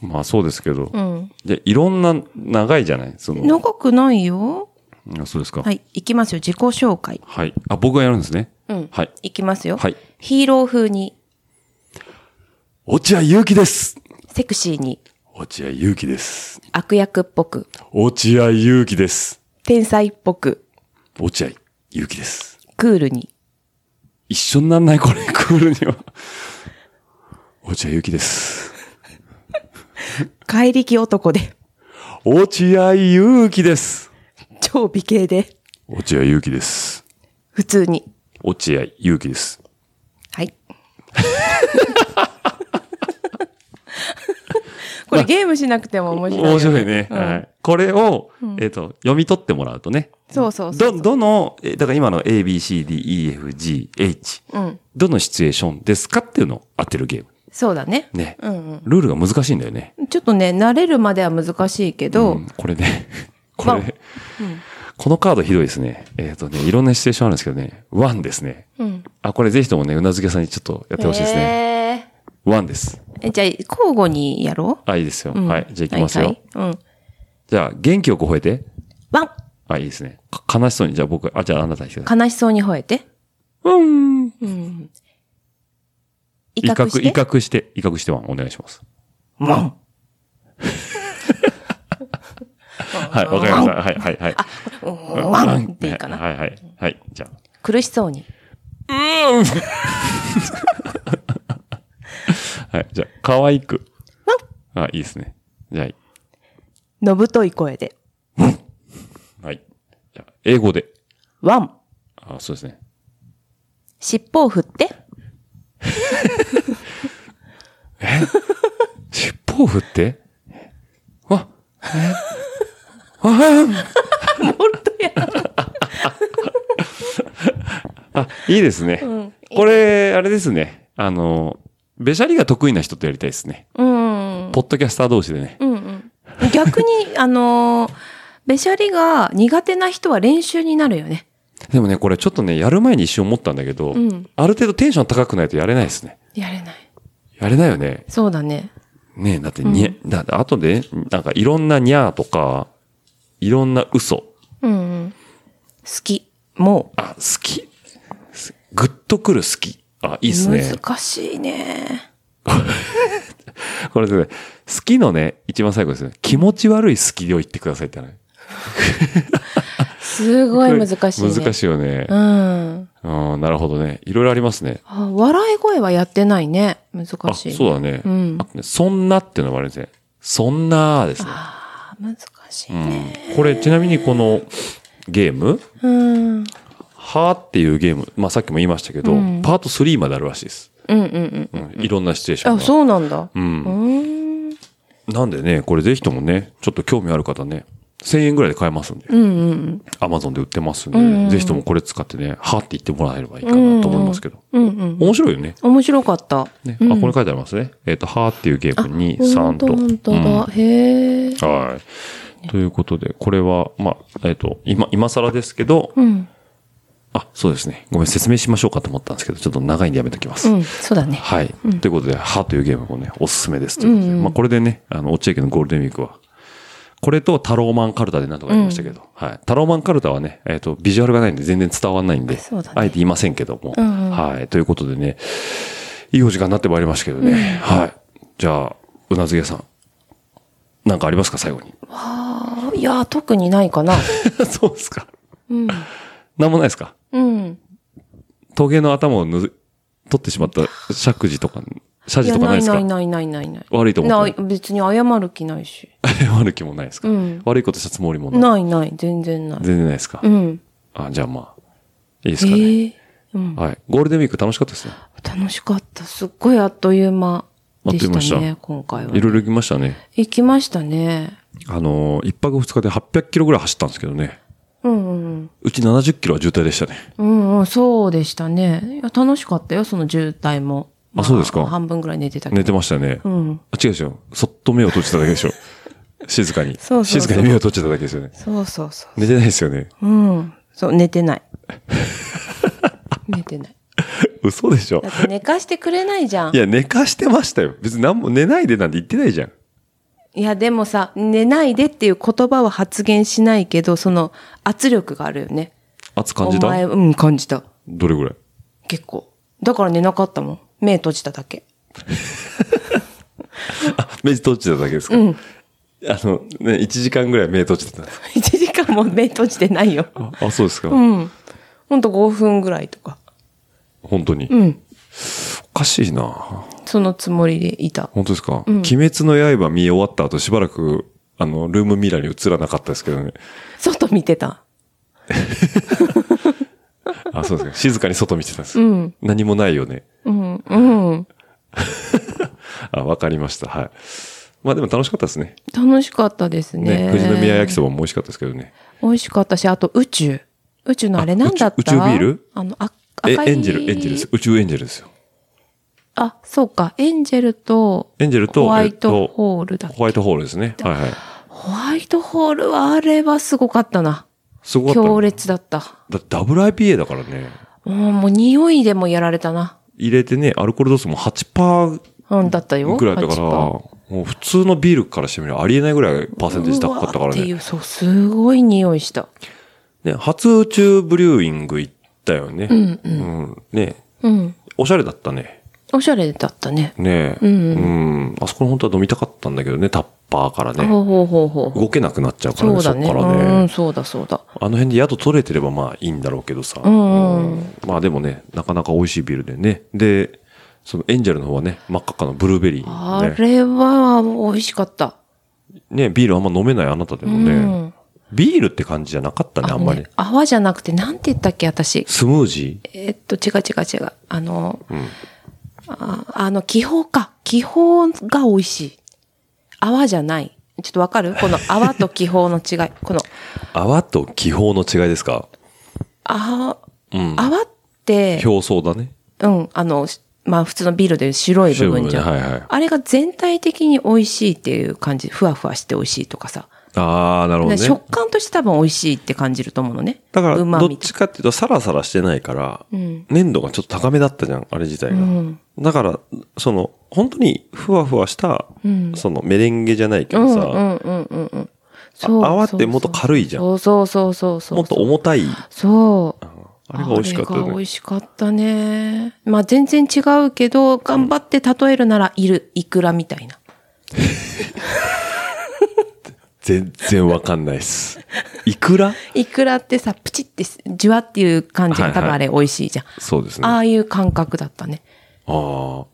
S4: まあそうですけど。
S5: うん。
S4: で、いろんな長いじゃないその。
S5: 長くないよ。
S4: あそうですか。
S5: は
S4: はい。
S5: い。いきますよ。自己紹介。
S4: あ、僕がやるんですね。
S5: うん。
S4: はい。
S5: いきますよ。
S4: はい
S5: ヒーロー風に、
S2: 落合勇気です
S5: セクシーに、
S2: 落合勇気です
S5: 悪役っぽく、
S2: 落合勇気です
S5: 天才っぽく、
S2: 落合勇気です
S5: クールに、
S2: 一緒になんないこれクールには落合勇気です
S5: 怪力男で、
S2: 落合勇気です
S5: 超美形で、
S2: 落合勇気です
S5: 普通に。
S2: 落合勇気です
S5: はい。 これゲームしなくても面白いよ。
S4: 面白いね。
S5: うん
S4: はい。これを、えっと、読み取ってもらうとね。
S5: そうそうそう。
S4: ど、どの、えだから今の A, B, C, D, E, F, G, H。
S5: うん。
S4: どのシチュエーションですかっていうのを当てるゲーム。
S5: そうだね。
S4: ね
S5: うん
S4: ルールが難しいんだよね。
S5: うん。ちょっとね、慣れるまでは難しいけど、
S4: うんこれね、これ、
S5: まあ
S4: このカードひどいですね。えっ、とね、いろんなシチュエーションあるんですけどね、ワンですね。あ、これぜひともね、うなずけさんにちょっとやってほしいですね。
S5: ね。
S4: ワンです。
S5: えじゃあ、交互にやろ
S4: あ、いいですよ。
S5: う、うん
S4: はい。じゃあ行きますよ。
S5: はいはいうん。
S4: じゃあ、元気よく吠えて。
S5: ワン
S4: あ、いいですね。か悲しそうに、じゃあ僕、あ、じゃああなたにしてください。
S5: 悲しそうに吠えて。
S4: うん。
S5: うん。威
S4: 威
S5: 嚇し
S4: 嚇、
S5: て
S4: 威嚇して、威嚇してワン、お願いします。ワン はい、わかりました。はい、はい、はい。
S5: うんワンっていいかな。
S4: はい、はい、はい。じゃあ。
S5: 苦しそうに。
S4: はい。じゃあ、可愛く。あ、いいですね。じゃ
S5: のぶとい声で。
S4: あ、はい。じゃあ、英語で。
S5: ワン。
S4: あ、そうですね。
S5: 尻尾を振って。
S4: 尻尾を振ってわ、 えあ、いいですね。これ、あれですね。あの、べしゃりが得意な人とやりたいですね。
S5: うん。
S4: ポッドキャスター同士でね。
S5: 逆に、あのー、べしゃりが苦手な人は練習になるよね。
S4: でもね、これちょっとね、やる前に一瞬思ったんだけど、
S5: ん
S4: ある程度テンション高くないとやれないですね。
S5: やれない。
S4: やれないよね。
S5: そうだね。
S4: ねえ、だってに、だって後で、なんかいろんなにゃーとか、いろんな嘘。
S5: うん、うん。好き。もう。
S4: あ、好き。すグッとくる好き。あ、いいですね。
S5: 難しいね。
S4: これでね、好きのね、一番最後ですね。気持ち悪い好きを言ってくださいってね。
S5: すごい難しいね。
S4: 難
S5: い。
S4: しいよね
S5: う。ん。
S4: うん、なるほどね。いろいろありますね。
S5: あ笑い声はやってないね。難
S4: あ、
S5: しい。
S4: そうだね。
S5: うん
S4: あそんなっていうのもあるんですね。そんなですね。
S5: あー難しい
S4: うん
S5: ね。
S4: これ、ちなみにこのゲーム、
S5: うん。うん
S4: はーっていうゲーム、まあさっきも言いましたけど、
S5: うん
S4: パート3まであるらしいです。
S5: うんうん。
S4: うん、いろんなシチュエーション
S5: あ、
S4: が。
S5: そうなんだ。
S4: う。
S5: うんん。
S4: なんでね、これぜひともね、ちょっと興味ある方ね、1000円ぐらいで買えますんで、
S5: うんうん。
S4: アマゾンで売ってますんで、
S5: うんうん
S4: ぜひともこれ使ってね、はーって言ってもらえればいいかなと思いますけど。
S5: うんうん。
S4: 面白いよね。
S5: 面白かった。
S4: ね、
S5: うん
S4: あ、これ書いてありますね。えっ、と、はーっていうゲームに
S5: ほ
S4: 3
S5: んと
S4: と。
S5: ほんとだ。へえ。
S4: うんはい。ということで、これは、まあ、えっ、と、今、今更ですけど、
S5: うん。
S4: あ、そうですね。ごめん、説明しましょうかと思ったんですけど、ちょっと長いんでやめときます。
S5: うん。そうだね。
S4: はい。ということで、はというゲームもね、おすすめですということで。まあ、これでね、あの、落合家のゴールデンウィークは、これとタローマンカルタでなんとかやりましたけど、はい。タローマンカルタはね、えっ、と、ビジュアルがないんで全然伝わらないんで、
S5: そうだね
S4: あえて言いませんけども、
S5: んうん
S4: はい。ということでね、いいお時間になってまいりましたけどね、はい。じゃあ、うなずげさん、なんかありますか、最後 に。
S5: あいやー、特にないかな。
S4: そうですか。
S5: うん。
S4: なんもないですか。
S5: うん。
S4: トゲの頭をぬず取ってしまった釈時とか、謝
S5: い
S4: 辞
S5: や、
S4: とかないで
S5: ない
S4: すか
S5: ないないないないない。
S4: 悪いと思
S5: な
S4: っ
S5: い
S4: て、
S5: 別に謝る気ないし。
S4: ない。 悪気もないですか、
S5: うん
S4: 悪いことしたつもりもない。
S5: ないない、全然ない。
S4: 全然ないですか、
S5: うん。
S4: あ、じゃあまあ、いいで
S5: え
S4: すかね。
S5: ーうん。
S4: はい。ゴールデンウィーク楽しかったですね。
S5: 楽しかった。すっごいあっという間で
S4: あっという間で
S5: し
S4: したた
S5: ね、今回は。
S4: いろいろ行きましたね。
S5: 行きましたね。
S4: あのー、一泊二日で800キロぐらい走ったんですけどね。
S5: うんうん
S4: うち70キロは渋滞でしたね。
S5: うん。うんうん、そうでしたね。いや、楽しかったよ、その渋滞も。
S4: あそうですか
S5: 半分ぐらい寝てたけど。
S4: 寝てましたね。
S5: うん。
S4: あ、違うでしょ。そっと目を閉じただけ でしょ。静かに。
S5: そうそうそう
S4: 静かに目を閉じただけですよね。
S5: そうそうそ
S4: 寝てないですよ ね。
S5: う。うん。そう、寝 てない。寝てない。
S4: 嘘でしょ
S5: だ。って寝かしてくれないじゃん。
S4: い
S5: いや、
S4: や、寝かしてましたよ。別に何も寝ないでなんて言ってないじゃん。
S5: でもさ、寝ないでっていう言葉は発言しないけど、その圧力があるよね。
S4: 熱感じた
S5: お前、うん、感じた。
S4: どれぐらい
S5: 結構。だから寝なかったもん。目閉じただけ。
S4: あ、目閉じただけですか、あの、ね、1時間ぐらい目閉じてたんですか
S5: 1時間も目閉じてないよ。
S4: あ、そうですか、
S5: うん。ほんと5分ぐらいとか。
S4: 本当に、
S5: うん。
S4: おかしいな
S5: そのつもりでいた。
S4: 本当ですか、鬼滅の刃見終わった後しばらく、あの、ルームミラーに映らなかったですけどね。
S5: 外見てた。
S4: あ、そう ですか。静かに外見てたんです。
S5: うん
S4: 何もないよね。
S5: うん、うん。
S4: あ、わかりました。はい。まあでも楽しかったですね。
S5: 楽しかったですね。
S4: ね。富士宮焼きそばも美味しかったですけどね。
S5: 美味しかったし、あと宇宙。宇宙のあれなんだった
S4: 宇宙宇宙ビール
S5: あの、あ
S4: え、
S5: 赤い。
S4: エンジェル、エンジェルです。宇宙エンジェルですよ。
S5: あ、そうか。エンジェルと、
S4: エンジェルと、
S5: ホワイ
S4: え
S5: ト
S4: っと
S5: ホールだっけ
S4: ホワイトホールですね。はいはい。
S5: ホワイトホールはあれはすごかったな。
S4: すごかったね。
S5: 強烈だった。
S4: だ。ダブル IPA だからね。
S5: うん、もう匂いでもやられたな。
S4: 入れてね、アルコール度数も8%
S5: うん、だったよ。
S4: ぐらいだから、
S5: 8%
S4: もう普通のビールからしてみればありえないぐらいパーセンテージ高かったから
S5: うわーってい
S4: ね。
S5: う、そう、すごい匂いした。
S4: ね、初宇宙ブリューイング行ったよね。うん、ね、
S5: うん。
S4: おしゃれだったね。
S5: おしゃれだったね。
S4: ねえ。
S5: うん
S4: うんあそこの本当は飲みたかったんだけどね、タッパーから
S5: ほ
S4: ね。
S5: うほうほうほう。
S4: 動けなくなっちゃうから
S5: そ
S4: ね、
S5: う
S4: そ
S5: だ
S4: こ
S5: ね。
S4: からね。
S5: うん、そうだそうだ。
S4: あの辺で宿取れてればまあいいんだろうけどさ。
S5: んうん
S4: うんまあでもね、なかなか美味しいビールでね。で、そのエンジェルの方はね、真っ赤っかのブルーベリー、
S5: あ
S4: ね。
S5: れは美味しかった。
S4: ね、ビールあんま飲めないあなたでもね、ビールって感じじゃなかったね、あんまり。
S5: のね泡じゃなくて、なんて言ったっけ、私。
S4: スムージー
S5: えーっと、違う違う違う。あの、ああの、気泡か。気泡が美味しい。泡じゃない。ちょっとわかるこの泡と気泡の違い。この、
S4: 泡と気泡の違いですか
S5: あ、
S4: うん。
S5: 泡って、
S4: 表層だね。
S5: うん、あの、しまあ普通のビールでいう白い部分じゃん。
S4: 白い部分ねはいはい
S5: あれが全体的に美味しいっていう感じ。ふわふわして美味しいとかさ。
S4: ああ、なるほど
S5: で
S4: ね。
S5: 食感として多分美味しいって感じると思うのね。
S4: だから、
S5: うま
S4: ど
S5: み
S4: っ
S5: とか
S4: ちかっていうと、サラサラしてないから、
S5: ん
S4: 粘度がちょっと高めだったじゃん、あれ自体が。だから、その、本当にふわふわした、そのメレンゲじゃないけどさ、
S5: うんうんうんうんうん。そう。
S4: 泡ってもっと軽いじゃん
S5: そうそうそうそうそう。
S4: もっと重たい。
S5: そう。
S4: あれが美味しかった
S5: あ
S4: よ
S5: れが美
S4: ね。
S5: 味しかったね。まあ全然違うけど、頑張って例えるなら、いる、いくらみたいな。
S4: 全然わかんないっす。いくら
S5: いくらってさ、プチって、じゅわっていう感じ
S4: は
S5: が
S4: いはい
S5: 多分あれ美味しいじゃん。
S4: そうですね。
S5: あ
S4: あ
S5: あいう感覚だったね。
S4: あ。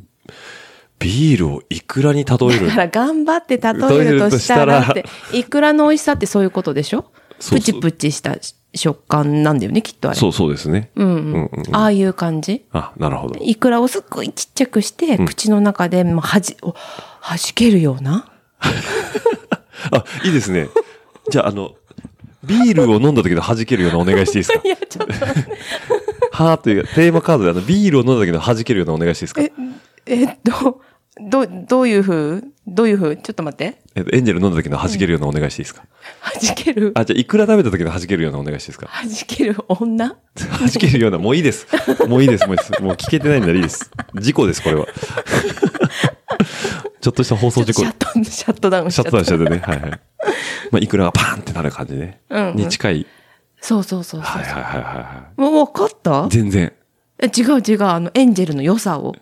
S4: ビールをいくらに例え
S5: だから
S4: る
S5: 頑張って例えるとしたらって、いくらの美味しさってそういうことでしょ
S4: そうそう
S5: プチプチした食感なんだよね、きっとあれ。
S4: そうそうですね。うんうん。
S5: ああいう感じ
S4: あ、なるほど。
S5: いくらをすっごいちっちゃくして、口の中でもうはじ、おはじけるような。
S4: あ、いいですね。じゃあ、あの、ビールを飲んだ時の弾けるようなお願いして いいですか
S5: いや、ちょっと、
S4: はーというテーマカードであのビールを飲んだ時の弾けるようなお願いしていいですか
S5: え、えっと、ど、どういう風どういう風ちょっと待って。
S4: えっと、エンジェル飲んだ時の弾けるようなお願いしていいですか、
S5: はじける、
S4: あ、じゃあ、いくら食べた時の弾けるようなお願いしていいですか
S5: はじける女
S4: 弾けるような、もういいです。もういいです、もういいです。もう聞けてないんならいいです。事故です、これは。 ちょっとした放送事故
S5: シャ。ット、シャットダウンし
S4: シ
S5: ち
S4: ャ
S5: ゃっ
S4: ットダウン
S5: た
S4: し。ちゃってね。はいはい。まあ、いくらがパーンってなる感じね。
S5: うんうん
S4: に近い。
S5: そうそうそうそう。
S4: はいはいはいはいは
S5: もうわかった
S4: い。全然。
S5: え違う違う、あの、エンジェルの良さを。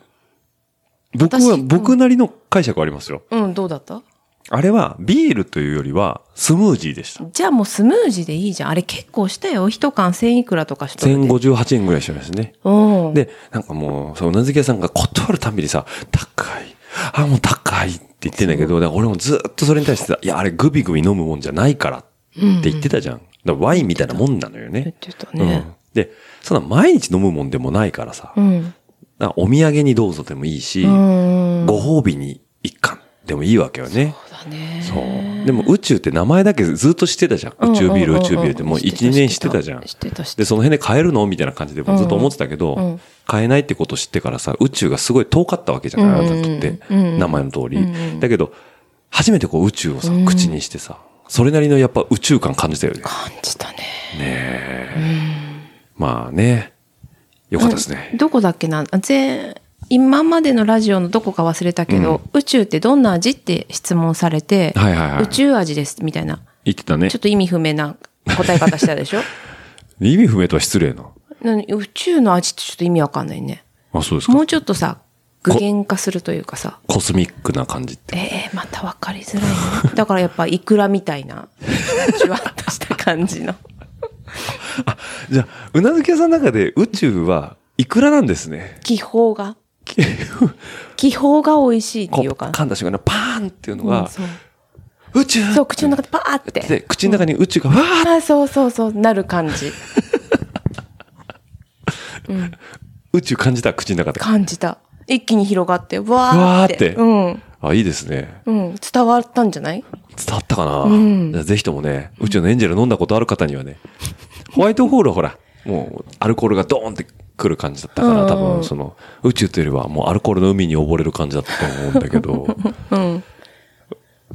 S4: 僕は、
S5: 私
S4: 僕なりの解釈はありますよ。
S5: うん、どうだった
S4: あれは、ビールというよりは、スムージーでした。
S5: じゃあもうスムージーでいいじゃん。あれ結構したよ。一缶千いくらとかしとるで。
S4: 1058円ぐらいしましたね。
S5: うん。
S4: で、なんかもう、そう、うなずき屋さんが断るたんびにさ、高い。あ、もう高いって言ってんだけど、だから俺もずっとそれに対してさ、いや、あれグビグビ飲むもんじゃないからって言ってたじゃん。だからワインみたいなもんなのよ
S5: 言っ
S4: ね。
S5: てた
S4: う
S5: ね
S4: ん。。で、そんな毎日飲むもんでもないからさ、
S5: う
S4: だか
S5: ん。
S4: らお土産にどうぞでもいいし、
S5: うん。
S4: ご褒美に一貫でもいいわけよね。
S5: そうだね。
S4: そう。でも宇宙って名前だけずっと知ってたじゃん。宇宙ビール、宇宙ビールってもう1、2年知ってたじゃん
S5: 知。ってた、知って
S4: で、
S5: た。
S4: その辺で買えるのみたいな感じでずっと思ってたけど、
S5: うん
S4: 買えないってことを知ってからさ、宇宙がすごい遠かったわけじゃない、
S5: うん
S4: あなたって、
S5: うん
S4: 名前の通り、
S5: うん
S4: だけど、初めてこう宇宙をさ、
S5: うん
S4: 口にしてさ、それなりのやっぱ宇宙感感じたよね。
S5: 感じたね。
S4: まあね、よかったですね。
S5: どこだっけな全、今までのラジオのどこか忘れたけど、宇宙ってどんな味って質問されて、
S4: はいはいはい
S5: 宇宙味です、みたいな。
S4: 言ってたね
S5: ちょっ。と意味不明な答え方したで しょ
S4: 意味不明とは失礼な。
S5: なのに宇宙の味ってちょっと意味わかんないね。
S4: あ、そうです
S5: も
S4: か
S5: う。ちょっとさ、具現化するというかさ。
S4: コスミックな感じって。
S5: ええまたわかりづらいな。だからやっぱイクラみたいな、シュワッとした感じ の。
S4: じゃあ、うなずき屋さんの中で宇宙はいくらなんですね。
S5: 気泡が。気泡が美味しいって
S4: こう、
S5: いうか。
S4: 噛んだ瞬間のパーンっていうの
S5: うん
S4: が、
S5: そう
S4: 宇宙
S5: そう、口の中でパーって。
S4: で、口の中に宇宙がわーっ
S5: ああ、そうそうそう、なる感 じ。
S4: 宇宙感じた口の中で。
S5: 感じた。一気に広がって、
S4: わ
S5: わ
S4: ー
S5: ーっ。
S4: ってて
S5: うん。
S4: あ、いいですね。
S5: うん。伝わったんじゃない
S4: 伝わったかな、
S5: ん
S4: じゃあぜひともね、宇宙のエンジェル飲んだことある方にはね、ホワイトホールはほら、もうアルコールがドーンって来る感じだったから、
S5: うん
S4: 多分その、宇宙というよりはもうアルコールの海に溺れる感じだったと思うんだけど、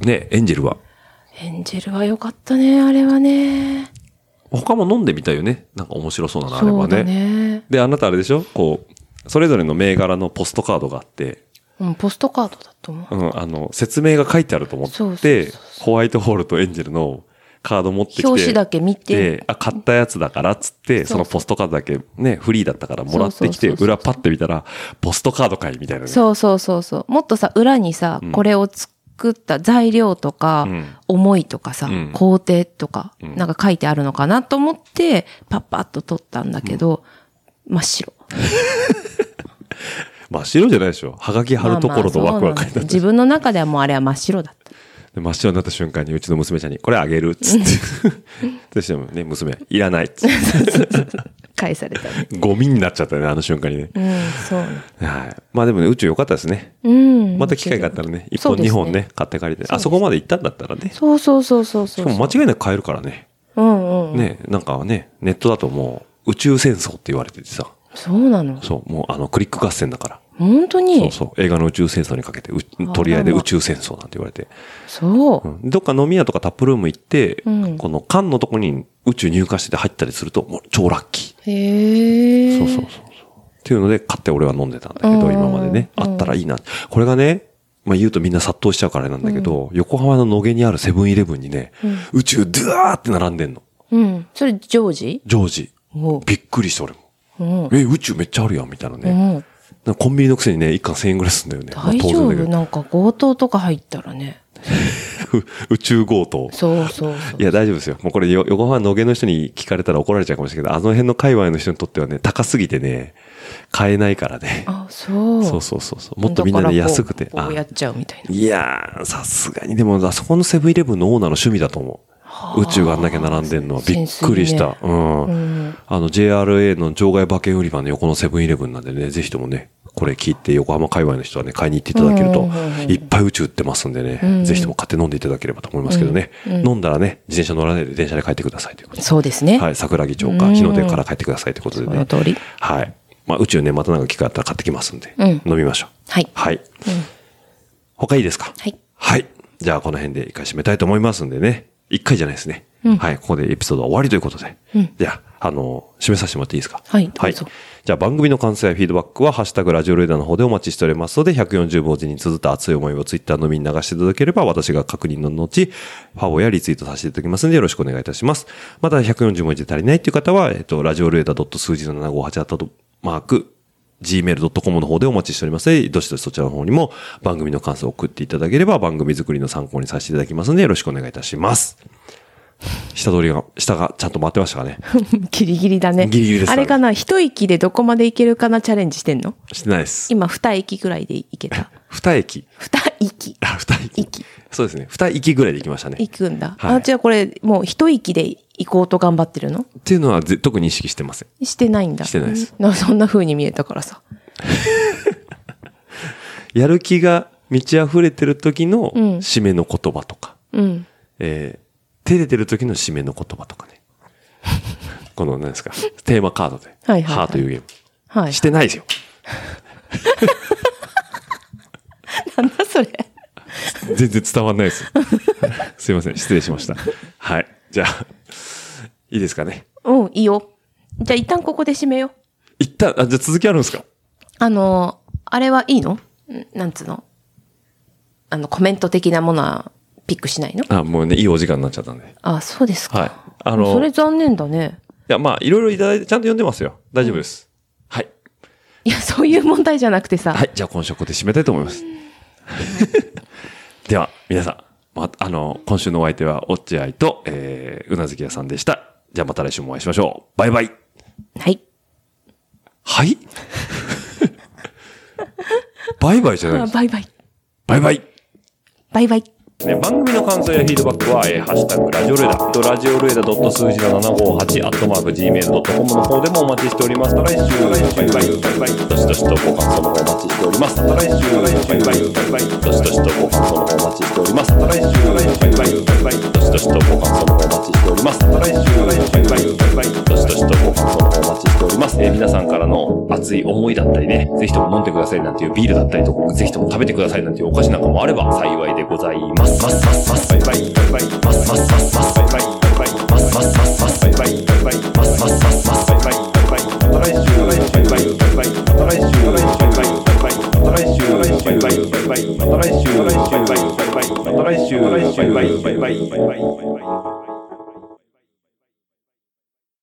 S4: ね、エンジェルは。
S5: エンジェルは良かったね、あれはね。
S4: 他も飲んでみたいよね。なんか面白そうなのあれ
S5: そ
S4: ば
S5: うだ
S4: ね。
S5: ね。
S4: で、あなたあれでしょこう、それぞれの銘柄のポストカードがあって、
S5: うん、ポストカードだと思う。
S4: うん、あの、説明が書いてあると思って、
S5: そうそうそ
S4: ホワイトホールとエンジェルのカード持ってきて、
S5: 表紙だけ見て
S4: で、あ、買ったやつだからっつって、
S5: そ
S4: そ
S5: う
S4: のポストカードだけね、フリーだったからもらってきて、
S5: そうそうそうそう
S4: 裏パッて見たら、ポストカード会みたいなね。
S5: そうそうそうそう。もっとさ、裏にさ、
S4: うん
S5: これを作った材料とか、
S4: うん
S5: 思いとかさ、
S4: うん
S5: 工程とか、
S4: うん
S5: なんか書いてあるのかなと思って、パッパッと撮ったんだけど、真っ白。
S4: 真っ白じゃないでしょ。はがき貼るところと
S5: まあまあ
S4: ワクワク
S5: そう
S4: 書
S5: ない
S4: てあ
S5: んだよ
S4: る
S5: 自分の中ではもうあれは真っ白だった。
S4: で真っ白になった瞬間にうちの娘ちゃんに、これあげるっつ って。 そしてもね、娘、いらないっつっ
S5: 返されたね。
S4: て。ゴミになっちゃったね、あの瞬間にね。
S5: うん、そうね。
S4: はい。まあでもね、宇宙良かったですね。
S5: うん。
S4: また機会があったらね、一
S5: そ
S4: 本
S5: うですね
S4: 二本ね、買って帰りて。あそこまで行ったんだったらね。し
S5: そうそうそうそうそう。
S4: かも間違いなく買えるからね。
S5: うんうん。
S4: ね、なんかね、ネットだともう、宇宙戦争って言われててさ。
S5: そうなの。
S4: そう、もうあの、クリック合戦だから。
S5: 本当に。
S4: そうそう。映画の宇宙戦争にかけて、う取り合いで宇宙戦争なんて言われて。
S5: そうう。
S4: んどっか飲み屋とかタップルーム行って、
S5: うん
S4: この缶のとこに宇宙入荷してて入ったりすると、もう超ラッキ
S5: へ
S4: ー。
S5: え。
S4: そうそうそうそう。っていうので、買って俺は飲んでたんだけ
S5: う
S4: ど、
S5: ん
S4: 今までね。あったらいいな。これがね、まあ言うとみんな殺到しちゃうからあれなんだけど、横浜の野毛にあるセブンイレブンにね、宇宙ドゥワーって並んでんの。
S5: うん。それ、ジョージ
S4: 常時
S5: おう。
S4: びっくりして俺も。
S5: うん。
S4: え、宇宙めっちゃあるやん、みたいな
S5: う
S4: ね。
S5: ん。
S4: なんかコンビニのくせにね、一貫1000円ぐらいすんだよね。まあ
S5: 大
S4: 当
S5: 丈
S4: 然だけ
S5: 夫
S4: ど
S5: なんか強盗とか入ったらね。
S4: 宇宙強盗。
S5: そうそうそう。
S4: いや、大丈夫ですよ。もうこれよ、横浜野毛の人に聞かれたら怒られちゃうかもしれないけど、あの辺の界隈の人にとってはね、高すぎてね、買えないからね。
S5: あ、そう。
S4: そうそうそうそう。もっとみんなね、
S5: だからこう
S4: 安くて。
S5: こ
S4: あ
S5: うやっちゃうみたいな。
S4: いやー、さすがに、でも、あそこのセブンイレブンのオーナーの趣味だと思う。宇宙があんだけ並んでんのはびっくりした。うん。あの、JRA の場外馬券売り場の横のセブンイレブンなんでね、ぜひともね、これ聞いて横浜界隈の人はね、買いに行っていただけると、いっぱい宇宙売ってますんでね、ぜひとも買って飲んでいただければと思いますけどね。飲んだらね、自転車乗らないで電車で帰ってくださいということで。
S5: そうですね。
S4: はい、桜木町か日の出から帰ってくださいということでね。
S5: その通り
S4: はい。まあ、宇宙ね、またなんか機会あったら買ってきますんで、
S5: うん
S4: 飲みましょう。
S5: はい
S4: はい。他いいですか
S5: はい。
S4: はい。じゃあ、この辺で一回締めたいと思いますんでね。一回じゃないですね。はい。ここでエピソードは終わりということで。じゃあ、あの、締めさせてもらっていいですか
S5: はいど
S4: は
S5: う
S4: い。
S5: ぞ
S4: じゃあ、番組の感想やフィードバックは、ハッシュタグラジオレーダーの方でお待ちしておりますので、140文字に綴った熱い思いをツイッターのみに流していただければ、私が確認の後、ファボやリツイートさせていただきますので、よろしくお願いいたします。また、140文字で足りないという方は、えっと、ラジオレーダー数字の758あたと、マーク、gmail.com の方でお待ちしておりますので、どしどしそちらの方にも番組の感想を送っていただければ番組作りの参考にさせていただきますのでよろしくお願いいたします。下通りが、下がちゃんと回ってました かね
S5: ギリギリだね。
S4: ギリギリです
S5: あれかな一息でどこまで行けるかなチャレンジしてんの
S4: してないです。
S5: 今、二息ぐらいで行 けた。
S4: 二駅。
S5: 二息。
S4: あ、二駅。
S5: 息
S4: そうですね。二駅ぐらいで行きましたね。
S5: 行くんだ。
S4: はい
S5: あ、じゃあこれ、もう一息で行こうと頑張ってるの
S4: っていうのはぜ特に意識してません。
S5: してないんだ。
S4: してないです
S5: うん。なそんな風に見えたからさ。
S4: やる気が満ち溢れてる時の
S5: ん
S4: 締めの言葉とか、
S5: うん。
S4: えー、照れてる時の締めの言葉とか ね。この何ですか、テーマカードで。
S5: はいはいはい
S4: ハーというゲーム。
S5: はい。
S4: してないですよ。
S5: なんだそれ。
S4: 全然伝わんないです。 すいません、失礼しました。はい。じゃあ、いいですかね。
S5: うん、いいよ。じゃあ一旦ここで締めよう。
S4: 一旦、あ、じゃあ続きあるんですか
S5: あの、あれはいいのんなんつうのあの、コメント的なものはピックしないの
S4: あ、もうね、いいお時間になっちゃったんで。い
S5: あ、そうですか。
S4: はいあの
S5: それ残念だね。
S4: や、まあ、いろいろいただいて、ちゃんと読んでますよ。大丈夫です。はい。
S5: いや、そういう問題じゃなくてさ。
S4: はい。じゃあ、今週はここで締めたいと思います。 では、皆さん、ま、あの、今週のお相手は、落合と、えー、うなずき屋さんでした。じゃあ、また来週もお会いしましょう。バイバイ。
S5: はい。
S4: はい バイバイじゃない
S5: あ
S4: です。
S5: バイバイ。
S4: バイバイ。
S5: バイバイ。
S4: ね、番組の感想やフィードバックは、えーハッシュタグラジオルエダ、ラジオルエダ数字の758、アットマーク、gmail.com の方でもお待ちしております。また来週、バイバイ、バイバイ、どしどしとご感想の方お待ちしております。また来週、バイバイ、バイバイ、どしどしとご感想の方お待ちしております。また来週、バイバイ、バイバイ、どしどしとご感想の方お待ちしております。また来週、バイバイ、バイバイ、どしどしとご感想の方お待ちしております。えー皆さんからの
S2: 熱い思いだったりね、ぜひとも飲んでくださいなんていうビールだったりとか、ぜひとも食べてくださいなんていうお菓子なんかもあれば幸いでございます。ますますますバイバイバイバイますますますますバイバイバイバイますますますますバイバイバイバイますますますますバイバイバイバイまた来週バイバイバイバイまた来週バイバイバイバイまた来週バイバイバイバイまた来週バイバイバイバイまた来週バイバイバイバイ